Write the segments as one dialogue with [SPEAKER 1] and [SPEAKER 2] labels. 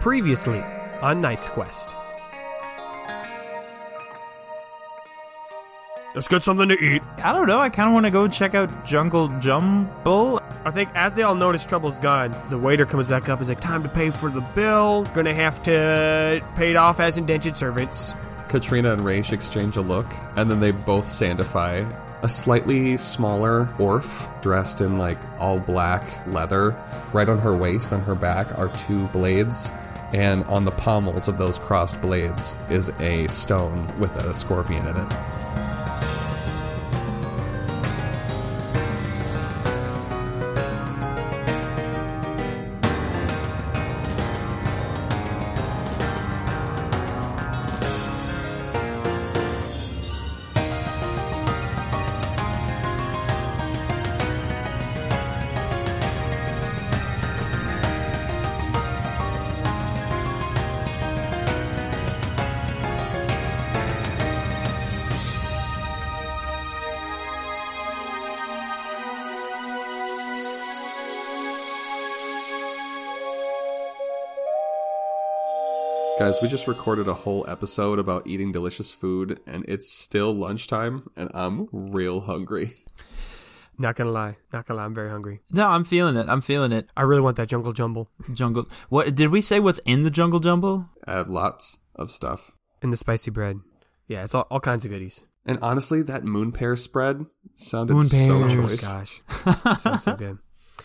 [SPEAKER 1] Previously on Knight's Quest.
[SPEAKER 2] Let's get something to eat.
[SPEAKER 3] I don't know. I kind of want to go check out Jungle Jumble.
[SPEAKER 1] I think as they all notice Trouble's gone, the waiter comes back up and is like, Time to pay for the bill. Gonna have to pay it off as indentured servants.
[SPEAKER 4] Katrina and Raish exchange a look, and then they both sandify. A slightly smaller orf dressed in like all black leather. Right on her waist and her back are two blades, and on the pommels of those crossed blades is a stone with a scorpion in it. Guys, we just recorded a whole episode about eating delicious food, and it's still lunchtime, and I'm real hungry.
[SPEAKER 1] Not gonna lie. Not gonna lie. I'm very hungry.
[SPEAKER 3] No, I'm feeling it. I'm feeling it.
[SPEAKER 1] I really want that jungle jumble
[SPEAKER 3] Jungle. What did we say? What's in the Jungle Jumble?
[SPEAKER 4] I have lots of stuff.
[SPEAKER 1] and the spicy bread. Yeah, it's all, all kinds of goodies.
[SPEAKER 4] And honestly, that moon pear spread sounded
[SPEAKER 3] Moon
[SPEAKER 4] so
[SPEAKER 3] pears.
[SPEAKER 1] Oh my
[SPEAKER 4] choice.
[SPEAKER 1] gosh. Sounds so good.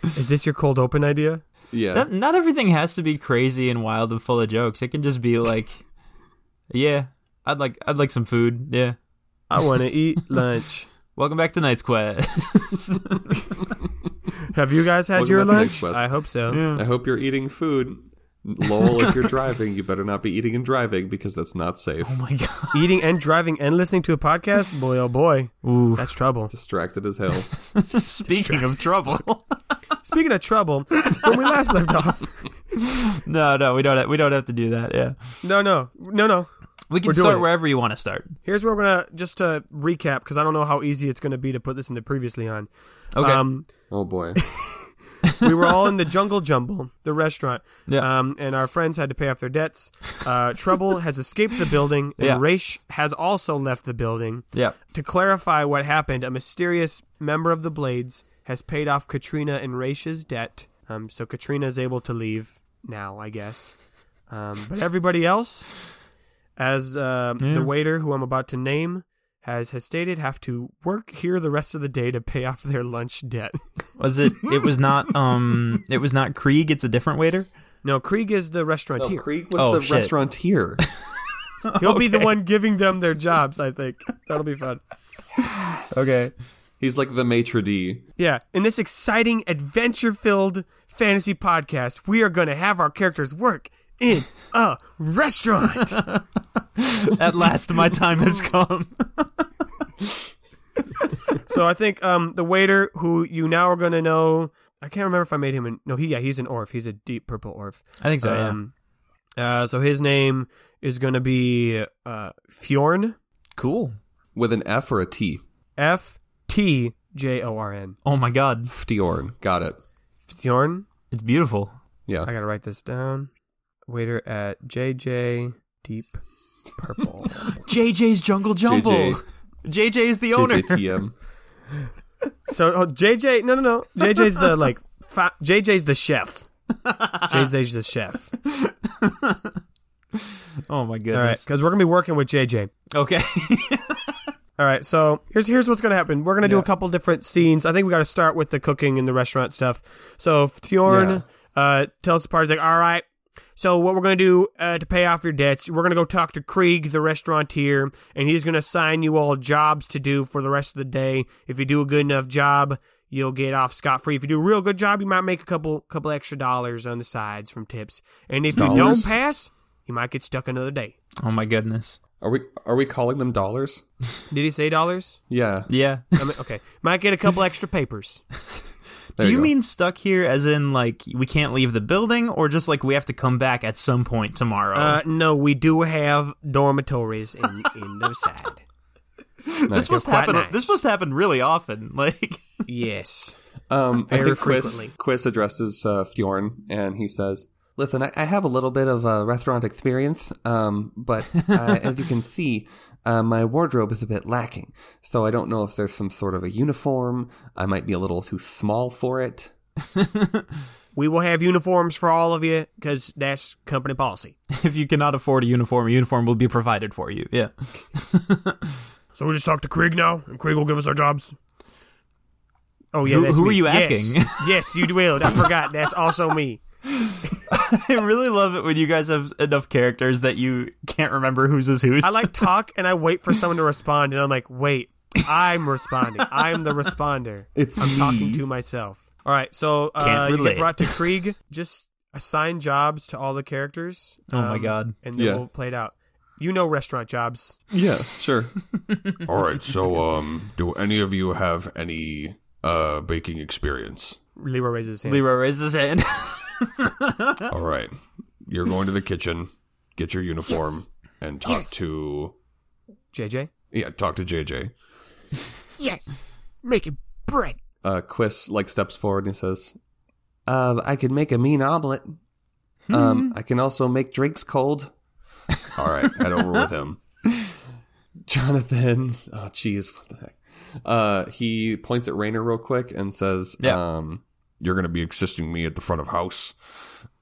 [SPEAKER 1] Is this your cold open idea?
[SPEAKER 4] yeah.
[SPEAKER 3] Not, not everything has to be crazy and wild and full of jokes. It can just be like, yeah, I'd like, I'd like some food. Yeah.
[SPEAKER 1] I wanna eat lunch.
[SPEAKER 3] Welcome back to Night's Quest.
[SPEAKER 1] Have you guys had
[SPEAKER 4] Welcome
[SPEAKER 1] your
[SPEAKER 4] back to Knight's
[SPEAKER 1] lunch?
[SPEAKER 4] Quest.
[SPEAKER 1] I hope so.
[SPEAKER 4] I hope you're eating food. Lol, if you're driving, you better not be eating and driving because that's not safe.
[SPEAKER 3] oh my god.
[SPEAKER 1] Eating and driving and listening to a podcast? Boy, oh boy.
[SPEAKER 3] Ooh.
[SPEAKER 1] That's trouble.
[SPEAKER 4] Distracted as hell.
[SPEAKER 3] Speaking of trouble.
[SPEAKER 1] Speaking of trouble, when we last left off.
[SPEAKER 3] no, no, we don't. Have, we don't have to do that. Yeah.
[SPEAKER 1] No, no, no, no.
[SPEAKER 3] We can
[SPEAKER 1] We're doing
[SPEAKER 3] start
[SPEAKER 1] it.
[SPEAKER 3] wherever you want to start.
[SPEAKER 1] Here's where we're gonna just to recap because I don't know how easy it's gonna be to put this into previously on.
[SPEAKER 3] Okay.
[SPEAKER 1] Um,
[SPEAKER 4] Oh boy.
[SPEAKER 1] we were all in the Jungle Jumble, the restaurant,
[SPEAKER 3] Yeah.
[SPEAKER 1] um, and our friends had to pay off their debts. Uh, Trouble has escaped the building, and
[SPEAKER 3] Yeah.
[SPEAKER 1] Raish has also left the building.
[SPEAKER 3] yeah.
[SPEAKER 1] To clarify what happened, a mysterious member of the Blades has paid off Katrina and Raish's debt, um, so Katrina is able to leave now, I guess. Um, but everybody else, as uh, the waiter who I'm about to name has has stated, have to work here the rest of the day to pay off their lunch debt.
[SPEAKER 3] Was it? It was not. Um. It was not Krieg. It's a different waiter.
[SPEAKER 1] no, Krieg is the restauranteer.
[SPEAKER 4] Creek was
[SPEAKER 3] Oh,
[SPEAKER 4] the
[SPEAKER 3] shit.
[SPEAKER 4] restauranteer.
[SPEAKER 1] He'll be the one giving them their jobs. I think that'll be fun.
[SPEAKER 3] Okay.
[SPEAKER 4] He's like the maitre d.
[SPEAKER 1] Yeah, in this exciting adventure filled fantasy podcast, we are going to have our characters work in a restaurant.
[SPEAKER 3] At last, my time has come.
[SPEAKER 1] so I think um, the waiter who you now are going to know, I can't remember if I made him an no, he yeah, he's an orf. He's a deep purple orf.
[SPEAKER 3] I think so.
[SPEAKER 1] Um, uh, so his name is going to be uh, Fjorn,
[SPEAKER 3] yeah. Cool.
[SPEAKER 4] With an F or a T.
[SPEAKER 1] F T J O R N.
[SPEAKER 3] Oh my god,
[SPEAKER 4] Fjorn. Got it.
[SPEAKER 1] Fjorn.
[SPEAKER 3] it's beautiful.
[SPEAKER 4] Yeah.
[SPEAKER 1] I got to write this down. Waiter at JJ Deep Purple.
[SPEAKER 3] JJ's Jungle Jumble. JJ,
[SPEAKER 4] JJ.
[SPEAKER 3] is the owner.
[SPEAKER 4] JJTM.
[SPEAKER 1] So oh, JJ, no, no, no. JJ's the like, fa- JJ's the chef. JJ's the chef.
[SPEAKER 3] Oh my
[SPEAKER 1] All right,
[SPEAKER 3] goodness.
[SPEAKER 1] because we're gonna be working with JJ.
[SPEAKER 3] Okay.
[SPEAKER 1] All right, so here's here's what's gonna happen. We're gonna do a
[SPEAKER 3] Yeah.
[SPEAKER 1] couple different scenes. I think we got to start with the cooking and the restaurant stuff. So Fjorn uh, tells the party he's like, all right. So what we're gonna do uh, to pay off your debts? We're gonna go talk to Krieg, the restauranteer, and he's gonna assign you all jobs to do for the rest of the day. If you do a good enough job, you'll get off scot free. If you do a real good job, you might make a couple couple extra dollars on the sides from tips. And if you don't
[SPEAKER 4] Dollars?
[SPEAKER 1] pass, you might get stuck another day.
[SPEAKER 3] oh my goodness.
[SPEAKER 4] Are we are we calling them dollars?
[SPEAKER 1] Did he say dollars?
[SPEAKER 4] Yeah.
[SPEAKER 3] Yeah.
[SPEAKER 1] I mean, okay, might get a couple extra papers.
[SPEAKER 4] There
[SPEAKER 3] Do you
[SPEAKER 4] go.
[SPEAKER 3] mean stuck here as in like we can't leave the building or just like we have to come back at some point tomorrow?
[SPEAKER 1] Uh, no, we do have dormitories in in the side.
[SPEAKER 3] this must
[SPEAKER 1] They're quite
[SPEAKER 3] happen
[SPEAKER 1] nice.
[SPEAKER 3] this must happen really often. Like
[SPEAKER 1] Yes.
[SPEAKER 4] Um, I
[SPEAKER 1] Very
[SPEAKER 4] think Quiz,
[SPEAKER 1] frequently.
[SPEAKER 4] Quiz addresses uh, Fjorn and he says,
[SPEAKER 1] Listen, I, I have a little bit of uh, restaurant experience, um, but uh, as you can see, uh, my wardrobe is a bit lacking. So I don't know if there's some sort of a uniform. I might be a little too small for it.
[SPEAKER 2] We will have uniforms for all of you because that's company policy.
[SPEAKER 3] If you cannot afford a uniform, a uniform will be provided for you. Yeah.
[SPEAKER 2] So we just talk to Krieg now, and Krieg will give us our jobs. Oh yeah,
[SPEAKER 3] Who-
[SPEAKER 2] that's
[SPEAKER 3] who are
[SPEAKER 2] me.
[SPEAKER 3] you
[SPEAKER 2] Yes.
[SPEAKER 3] asking?
[SPEAKER 2] yes, you will. I forgot. That's also me.
[SPEAKER 3] I really love it when you guys have enough characters that you can't remember whose is whose.
[SPEAKER 2] I like talk and I wait for someone to respond, and I'm like, wait, I'm responding. I'm the responder.
[SPEAKER 1] It's
[SPEAKER 2] I'm
[SPEAKER 1] me.
[SPEAKER 2] talking to myself. All right, so uh,
[SPEAKER 3] Can't
[SPEAKER 2] you get
[SPEAKER 3] relate.
[SPEAKER 2] brought to Krieg. Just assign jobs to all the characters.
[SPEAKER 3] Oh my God.
[SPEAKER 2] And then
[SPEAKER 1] Yeah.
[SPEAKER 2] we'll play it out. You know restaurant jobs.
[SPEAKER 1] Yeah, sure.
[SPEAKER 4] All right, so um, do any of you have any uh baking experience?
[SPEAKER 2] Leroy raises his hand.
[SPEAKER 3] Leroy raised his hand.
[SPEAKER 4] All right, you're going to the kitchen, get your uniform, and talk to
[SPEAKER 2] JJ.
[SPEAKER 4] yeah, talk to JJ.
[SPEAKER 2] Yes, making bread.
[SPEAKER 1] Uh, Quist like steps forward and says, uh, "I can make a mean omelet.
[SPEAKER 3] Hmm.
[SPEAKER 1] Um, I can also make drinks cold."
[SPEAKER 4] All right, head over with him.
[SPEAKER 1] Jonathan, oh jeez, what the heck? Uh, he points at Rainer real quick and says,
[SPEAKER 3] Yeah.
[SPEAKER 1] um,
[SPEAKER 4] You're going to be assisting me at the front of house.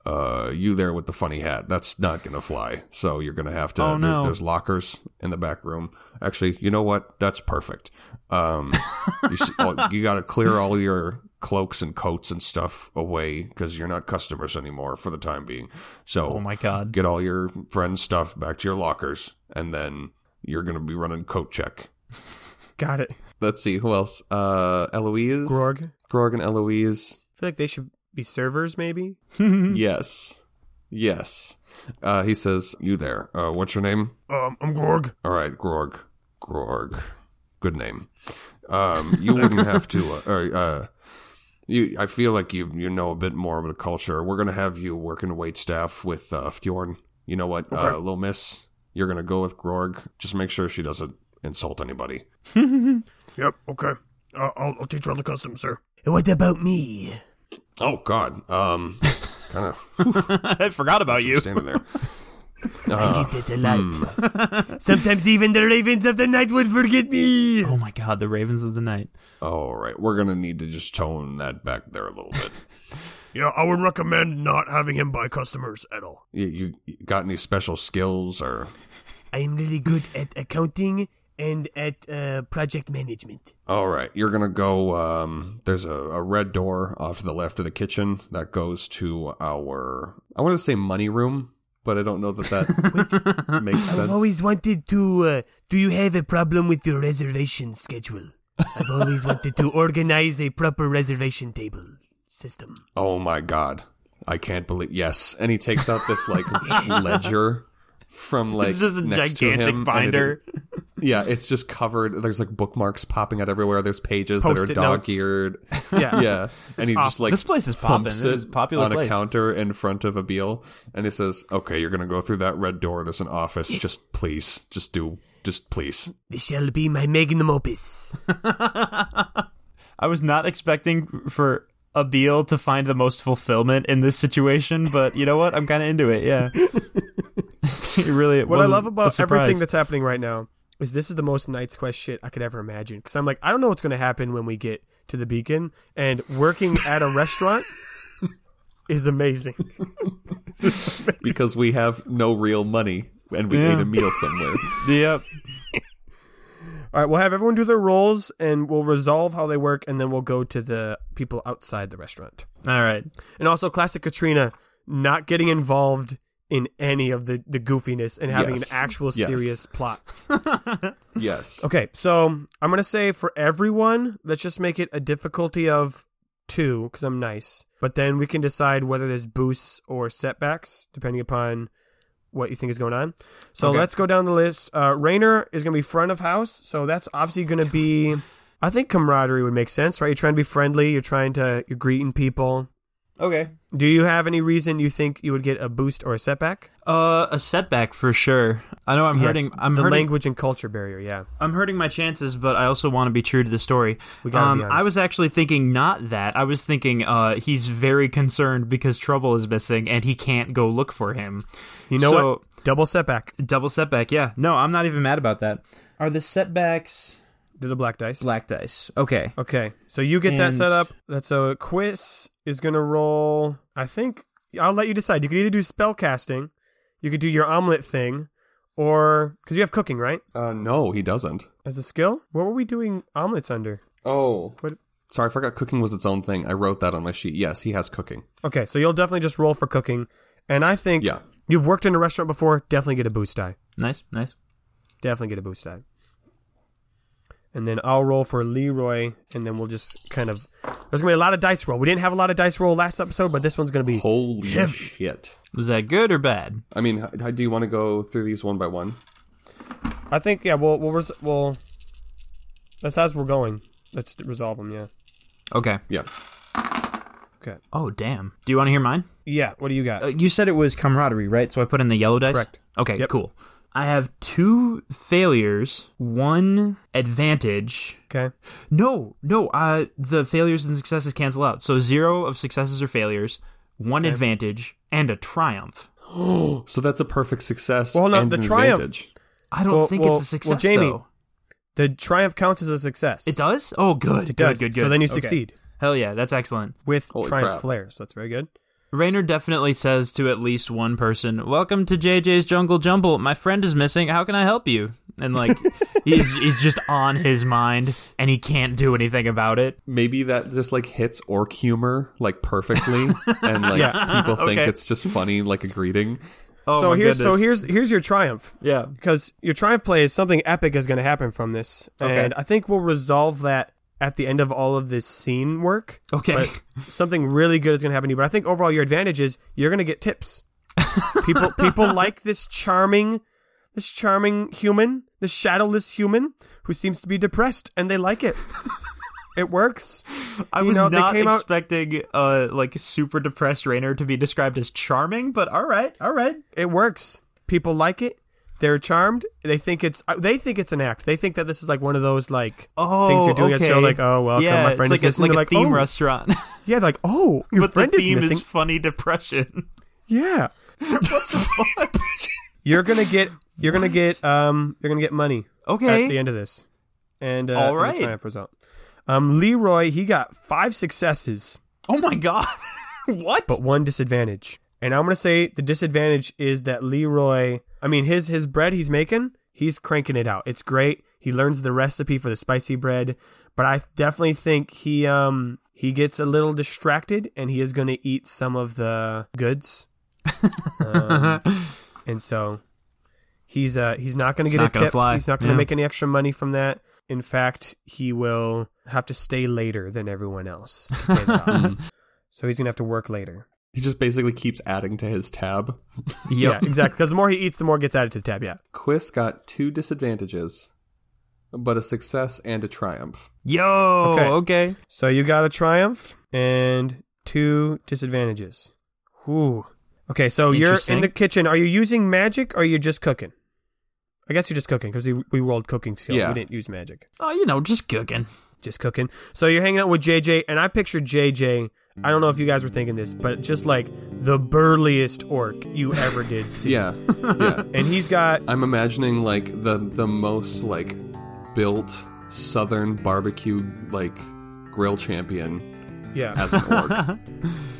[SPEAKER 4] Uh, you there with the funny hat? That's not going to fly. So you're going to have to.
[SPEAKER 3] Oh, no.
[SPEAKER 4] there's, there's lockers in the back room. Actually, you know what? That's perfect. Um, you, s- oh, you got to clear all your cloaks and coats and stuff away because you're not customers anymore for the time being. So
[SPEAKER 3] Oh my God.
[SPEAKER 4] get all your friends' stuff back to your lockers, and then you're going to be running coat check.
[SPEAKER 2] Got it.
[SPEAKER 1] "Let's see who else? Uh, Eloise,
[SPEAKER 2] Grog. I
[SPEAKER 1] Grog and Eloise.
[SPEAKER 2] feel like they should be servers, maybe.
[SPEAKER 1] Yes, yes.
[SPEAKER 4] Uh, he says, "You there? Uh, what's your name?"
[SPEAKER 2] Um, I'm Gorg.
[SPEAKER 4] All right, Grog. Grog. Good name. Um, you wouldn't have to. Uh, or, uh, you, I feel like you you know a bit more of the culture. We're gonna have you working wait staff with uh, Fjorn. You know what, uh, little miss, you're gonna go with Grog. Just make sure she doesn't insult anybody.
[SPEAKER 2] Yep. Okay. Uh, I'll, I'll teach her all the customs, sir. And what about me?
[SPEAKER 4] Oh God, um, kind of
[SPEAKER 3] I forgot about you.
[SPEAKER 4] standing there.
[SPEAKER 2] I get the delight. Sometimes even the ravens of the night would forget me.
[SPEAKER 3] Oh my God. The Ravens of the Night.
[SPEAKER 4] All right, we're gonna need to just tone that back there a little bit.
[SPEAKER 2] Yeah, I would recommend not having him buy customers at all.
[SPEAKER 4] you, you you got any special skills or?
[SPEAKER 2] I am really good at accounting and at uh, project management.
[SPEAKER 4] All right, you're gonna go. Um, there's a, a red door off to the left of the kitchen that goes to our.
[SPEAKER 1] I want to say money room, but I don't know that that makes sense.
[SPEAKER 2] I've always wanted to. Uh, do you have a problem with your reservation schedule? I've always wanted to organize a proper reservation table system.
[SPEAKER 4] Oh my god, I can't believe. Yes,
[SPEAKER 1] and he takes out this like ledger from like
[SPEAKER 3] It's just a
[SPEAKER 1] next to
[SPEAKER 3] gigantic
[SPEAKER 1] him, and it
[SPEAKER 3] binder.
[SPEAKER 1] is- yeah, it's just covered. There's like bookmarks popping out everywhere. There's pages
[SPEAKER 2] Post-it
[SPEAKER 1] that are
[SPEAKER 2] notes.
[SPEAKER 1] dog eared.
[SPEAKER 2] Yeah.
[SPEAKER 1] yeah, and he just
[SPEAKER 2] awful.
[SPEAKER 1] like
[SPEAKER 3] This place is popping.
[SPEAKER 1] thumps
[SPEAKER 3] It is a popular
[SPEAKER 1] on
[SPEAKER 3] place.
[SPEAKER 1] a counter in front of a Beal, and he says,
[SPEAKER 4] okay, you're gonna go through that red door. There's an office. Just please, just do, just please.
[SPEAKER 2] This shall be my magnum opus.
[SPEAKER 3] I was not expecting for Abil to find the most fulfillment in this situation, but you know what? I'm kind of into it. Yeah. it really.
[SPEAKER 2] What I
[SPEAKER 1] Um,
[SPEAKER 2] love about everything that's happening right now is this is the most Knights Quest shit I could ever imagine. Because I'm like, I don't know what's going to happen when we get to the beacon, and working at a restaurant is amazing.
[SPEAKER 1] "Because we have no real money." And we
[SPEAKER 3] Yeah.
[SPEAKER 1] ate a meal somewhere.
[SPEAKER 3] Yep.
[SPEAKER 2] All right, we'll have everyone do their roles, and we'll resolve how they work, and then we'll go to the people outside the restaurant.
[SPEAKER 3] All right.
[SPEAKER 2] And also, classic Katrina not getting involved in any of the, the goofiness and having
[SPEAKER 1] Yes.
[SPEAKER 2] an actual
[SPEAKER 1] Yes.
[SPEAKER 2] serious plot.
[SPEAKER 1] yes.
[SPEAKER 2] Okay, so I'm gonna say for everyone, let's just make it a difficulty of two because I'm nice. But then we can decide whether there's boosts or setbacks depending upon what you think is going on. So let's go down the list. Uh, Rainer is gonna be front of house, so that's obviously gonna be. I think camaraderie would make sense, right? You're trying to be friendly. You're trying to you're greeting people.
[SPEAKER 3] Okay.
[SPEAKER 1] Do you have any reason you think you would get a boost or a setback?
[SPEAKER 3] Uh, a setback for sure. I know I'm hurting. I'm
[SPEAKER 1] the
[SPEAKER 3] hurting.
[SPEAKER 1] language and culture barrier. Yeah,
[SPEAKER 3] I'm hurting my chances, but I also want to be true to the story. Um,
[SPEAKER 1] gotta be honest.
[SPEAKER 3] I was actually thinking not that. I was thinking uh, he's very concerned because trouble is missing and he can't go look for him.
[SPEAKER 1] you know
[SPEAKER 3] So-
[SPEAKER 1] what? Double setback
[SPEAKER 3] Double setback. Yeah. No, I'm not even mad about that. Are the setbacks
[SPEAKER 1] to the black dice.
[SPEAKER 3] black dice? Okay.
[SPEAKER 1] Okay, so you get that
[SPEAKER 3] And-
[SPEAKER 1] set up. That's a quiz is gonna roll. I think I'll let you decide. You could either do spell casting, you could do your omelet thing, or because you have cooking right
[SPEAKER 4] Uh, no, he doesn't.
[SPEAKER 1] as a skill. What were we doing omelets under?
[SPEAKER 4] Oh.
[SPEAKER 1] What-
[SPEAKER 4] Sorry, I forgot cooking was its own thing. I wrote that on my sheet. Yes, he has cooking.
[SPEAKER 1] Okay, so you'll definitely just roll for cooking, and I think
[SPEAKER 4] Yeah.
[SPEAKER 1] you've worked in a restaurant before. Definitely get a boost die.
[SPEAKER 3] Nice. Nice.
[SPEAKER 1] Definitely get a boost die. And then I'll roll for Leroy, and then we'll just kind of. There's gonna be a lot of dice roll. We didn't have a lot of dice roll last episode, but this one's gonna be.
[SPEAKER 4] Holy shit.
[SPEAKER 3] Was that good or bad?
[SPEAKER 4] I mean, h- h- do you want to go through these one by one?
[SPEAKER 1] I think yeah. We'll we'll res- we'll. That's as we're going. Let's resolve them. Yeah.
[SPEAKER 3] Okay.
[SPEAKER 4] Yeah.
[SPEAKER 1] Okay.
[SPEAKER 3] Oh damn. Do you want to hear mine?
[SPEAKER 1] Yeah. What do you got?
[SPEAKER 3] Uh, you said it was camaraderie, right? So I put in the yellow dice.
[SPEAKER 1] Correct.
[SPEAKER 3] Okay,
[SPEAKER 1] Yep.
[SPEAKER 3] cool. I have two failures, one advantage.
[SPEAKER 1] Okay.
[SPEAKER 3] No, no. Uh, the failures and successes cancel out. So zero of successes or failures, one advantage, and a triumph. Oh.
[SPEAKER 4] So that's a perfect success.
[SPEAKER 1] Well, no,
[SPEAKER 4] and
[SPEAKER 1] the
[SPEAKER 4] an
[SPEAKER 1] triumph-
[SPEAKER 4] advantage.
[SPEAKER 3] I don't
[SPEAKER 1] Well-
[SPEAKER 3] think
[SPEAKER 1] well-
[SPEAKER 3] it's a
[SPEAKER 1] well,
[SPEAKER 3] success
[SPEAKER 1] Jamie-
[SPEAKER 3] though.
[SPEAKER 1] The triumph counts as a success.
[SPEAKER 3] It does. Oh, good.
[SPEAKER 1] It
[SPEAKER 3] good,
[SPEAKER 1] does.
[SPEAKER 3] Good. Good.
[SPEAKER 1] So then you
[SPEAKER 3] Okay.
[SPEAKER 1] succeed
[SPEAKER 3] Hell yeah, that's excellent.
[SPEAKER 1] with
[SPEAKER 4] Holy
[SPEAKER 1] triumph
[SPEAKER 4] crap.
[SPEAKER 1] flares. That's very good.
[SPEAKER 3] Raynor definitely says to at least one person, "Welcome to JJ's Jungle Jumble. My friend is missing. How can I help you?" And like, he's, he's just on his mind, and he can't do anything about it.
[SPEAKER 4] Maybe that just like hits orc humor like perfectly, and like people think
[SPEAKER 3] Okay.
[SPEAKER 4] it's just funny, like a greeting.
[SPEAKER 3] Oh,
[SPEAKER 1] so
[SPEAKER 3] my
[SPEAKER 1] here's so
[SPEAKER 3] goodness.
[SPEAKER 1] here's here's your triumph.
[SPEAKER 3] yeah.
[SPEAKER 1] because your triumph play is something epic is going to happen from this, and I think we'll resolve that at the end of all of this scene work.
[SPEAKER 3] Okay.
[SPEAKER 1] but something really good is going to happen to you. But I think overall, your advantage is you're going to get tips. people people like this charming, this charming human, this shadowless human who seems to be depressed, and they like it. it works.
[SPEAKER 3] I
[SPEAKER 1] you
[SPEAKER 3] was
[SPEAKER 1] know, they
[SPEAKER 3] not
[SPEAKER 1] came out-
[SPEAKER 3] expecting uh like super depressed Raynor to be described as charming, but all right, all right.
[SPEAKER 1] It works. People like it. They're charmed. They think it's uh, they think it's an act. They think that this is like one of those like
[SPEAKER 3] Oh,
[SPEAKER 1] things you're doing at
[SPEAKER 3] okay.
[SPEAKER 1] show like oh welcome
[SPEAKER 3] yeah,
[SPEAKER 1] my friend
[SPEAKER 3] it's
[SPEAKER 1] is missing.
[SPEAKER 3] like a,
[SPEAKER 1] They're
[SPEAKER 3] like a theme
[SPEAKER 1] oh,
[SPEAKER 3] restaurant,
[SPEAKER 1] Yeah, they're like, oh, your
[SPEAKER 3] but the
[SPEAKER 1] friend is
[SPEAKER 3] theme
[SPEAKER 1] missing.
[SPEAKER 3] is funny depression.
[SPEAKER 1] yeah. you're gonna get you're gonna get um you're gonna get money
[SPEAKER 3] Okay.
[SPEAKER 1] at the end of this. And uh,
[SPEAKER 3] All
[SPEAKER 1] and the
[SPEAKER 3] right.
[SPEAKER 1] triumph result. Um Leroy, he got five successes,
[SPEAKER 3] oh my god, what?
[SPEAKER 1] but one disadvantage. And I'm gonna say the disadvantage is that Leroy I mean his his bread he's making, he's cranking it out. It's great. He learns the recipe for the spicy bread, but I definitely think he um he gets a little distracted and he is gonna eat some of the goods. um, and so he's uh he's not going to
[SPEAKER 3] It's
[SPEAKER 1] get a
[SPEAKER 3] not gonna
[SPEAKER 1] tip.
[SPEAKER 3] fly.
[SPEAKER 1] He's not going to
[SPEAKER 3] Yeah.
[SPEAKER 1] make any extra money from that. In fact, he will have to stay later than everyone else. to pay that off. so he's going to have to work later.
[SPEAKER 4] He just basically keeps adding to his tab.
[SPEAKER 1] Yeah, exactly. Because the more he eats, the more gets added to the tab. Yeah.
[SPEAKER 4] Quis got two disadvantages, but a success and a triumph.
[SPEAKER 3] Yo,
[SPEAKER 1] Okay.
[SPEAKER 3] okay.
[SPEAKER 1] So you got a triumph and two disadvantages. Whew. Okay, so you're in
[SPEAKER 3] Interesting.
[SPEAKER 1] the kitchen. Are you using magic or are you just cooking? I guess you're just cooking because we, we rolled cooking skill.
[SPEAKER 4] Yeah.
[SPEAKER 1] We didn't use magic.
[SPEAKER 3] Oh, you know, just cooking.
[SPEAKER 1] just cooking. So you're hanging out with JJ, and I picture JJ. I don't know if you guys were thinking this, but just like the burliest orc you ever did see.
[SPEAKER 4] Yeah, yeah.
[SPEAKER 1] And he's got
[SPEAKER 4] I'm imagining like the the most like built southern barbecue like grill champion
[SPEAKER 1] yeah,
[SPEAKER 4] as an orc.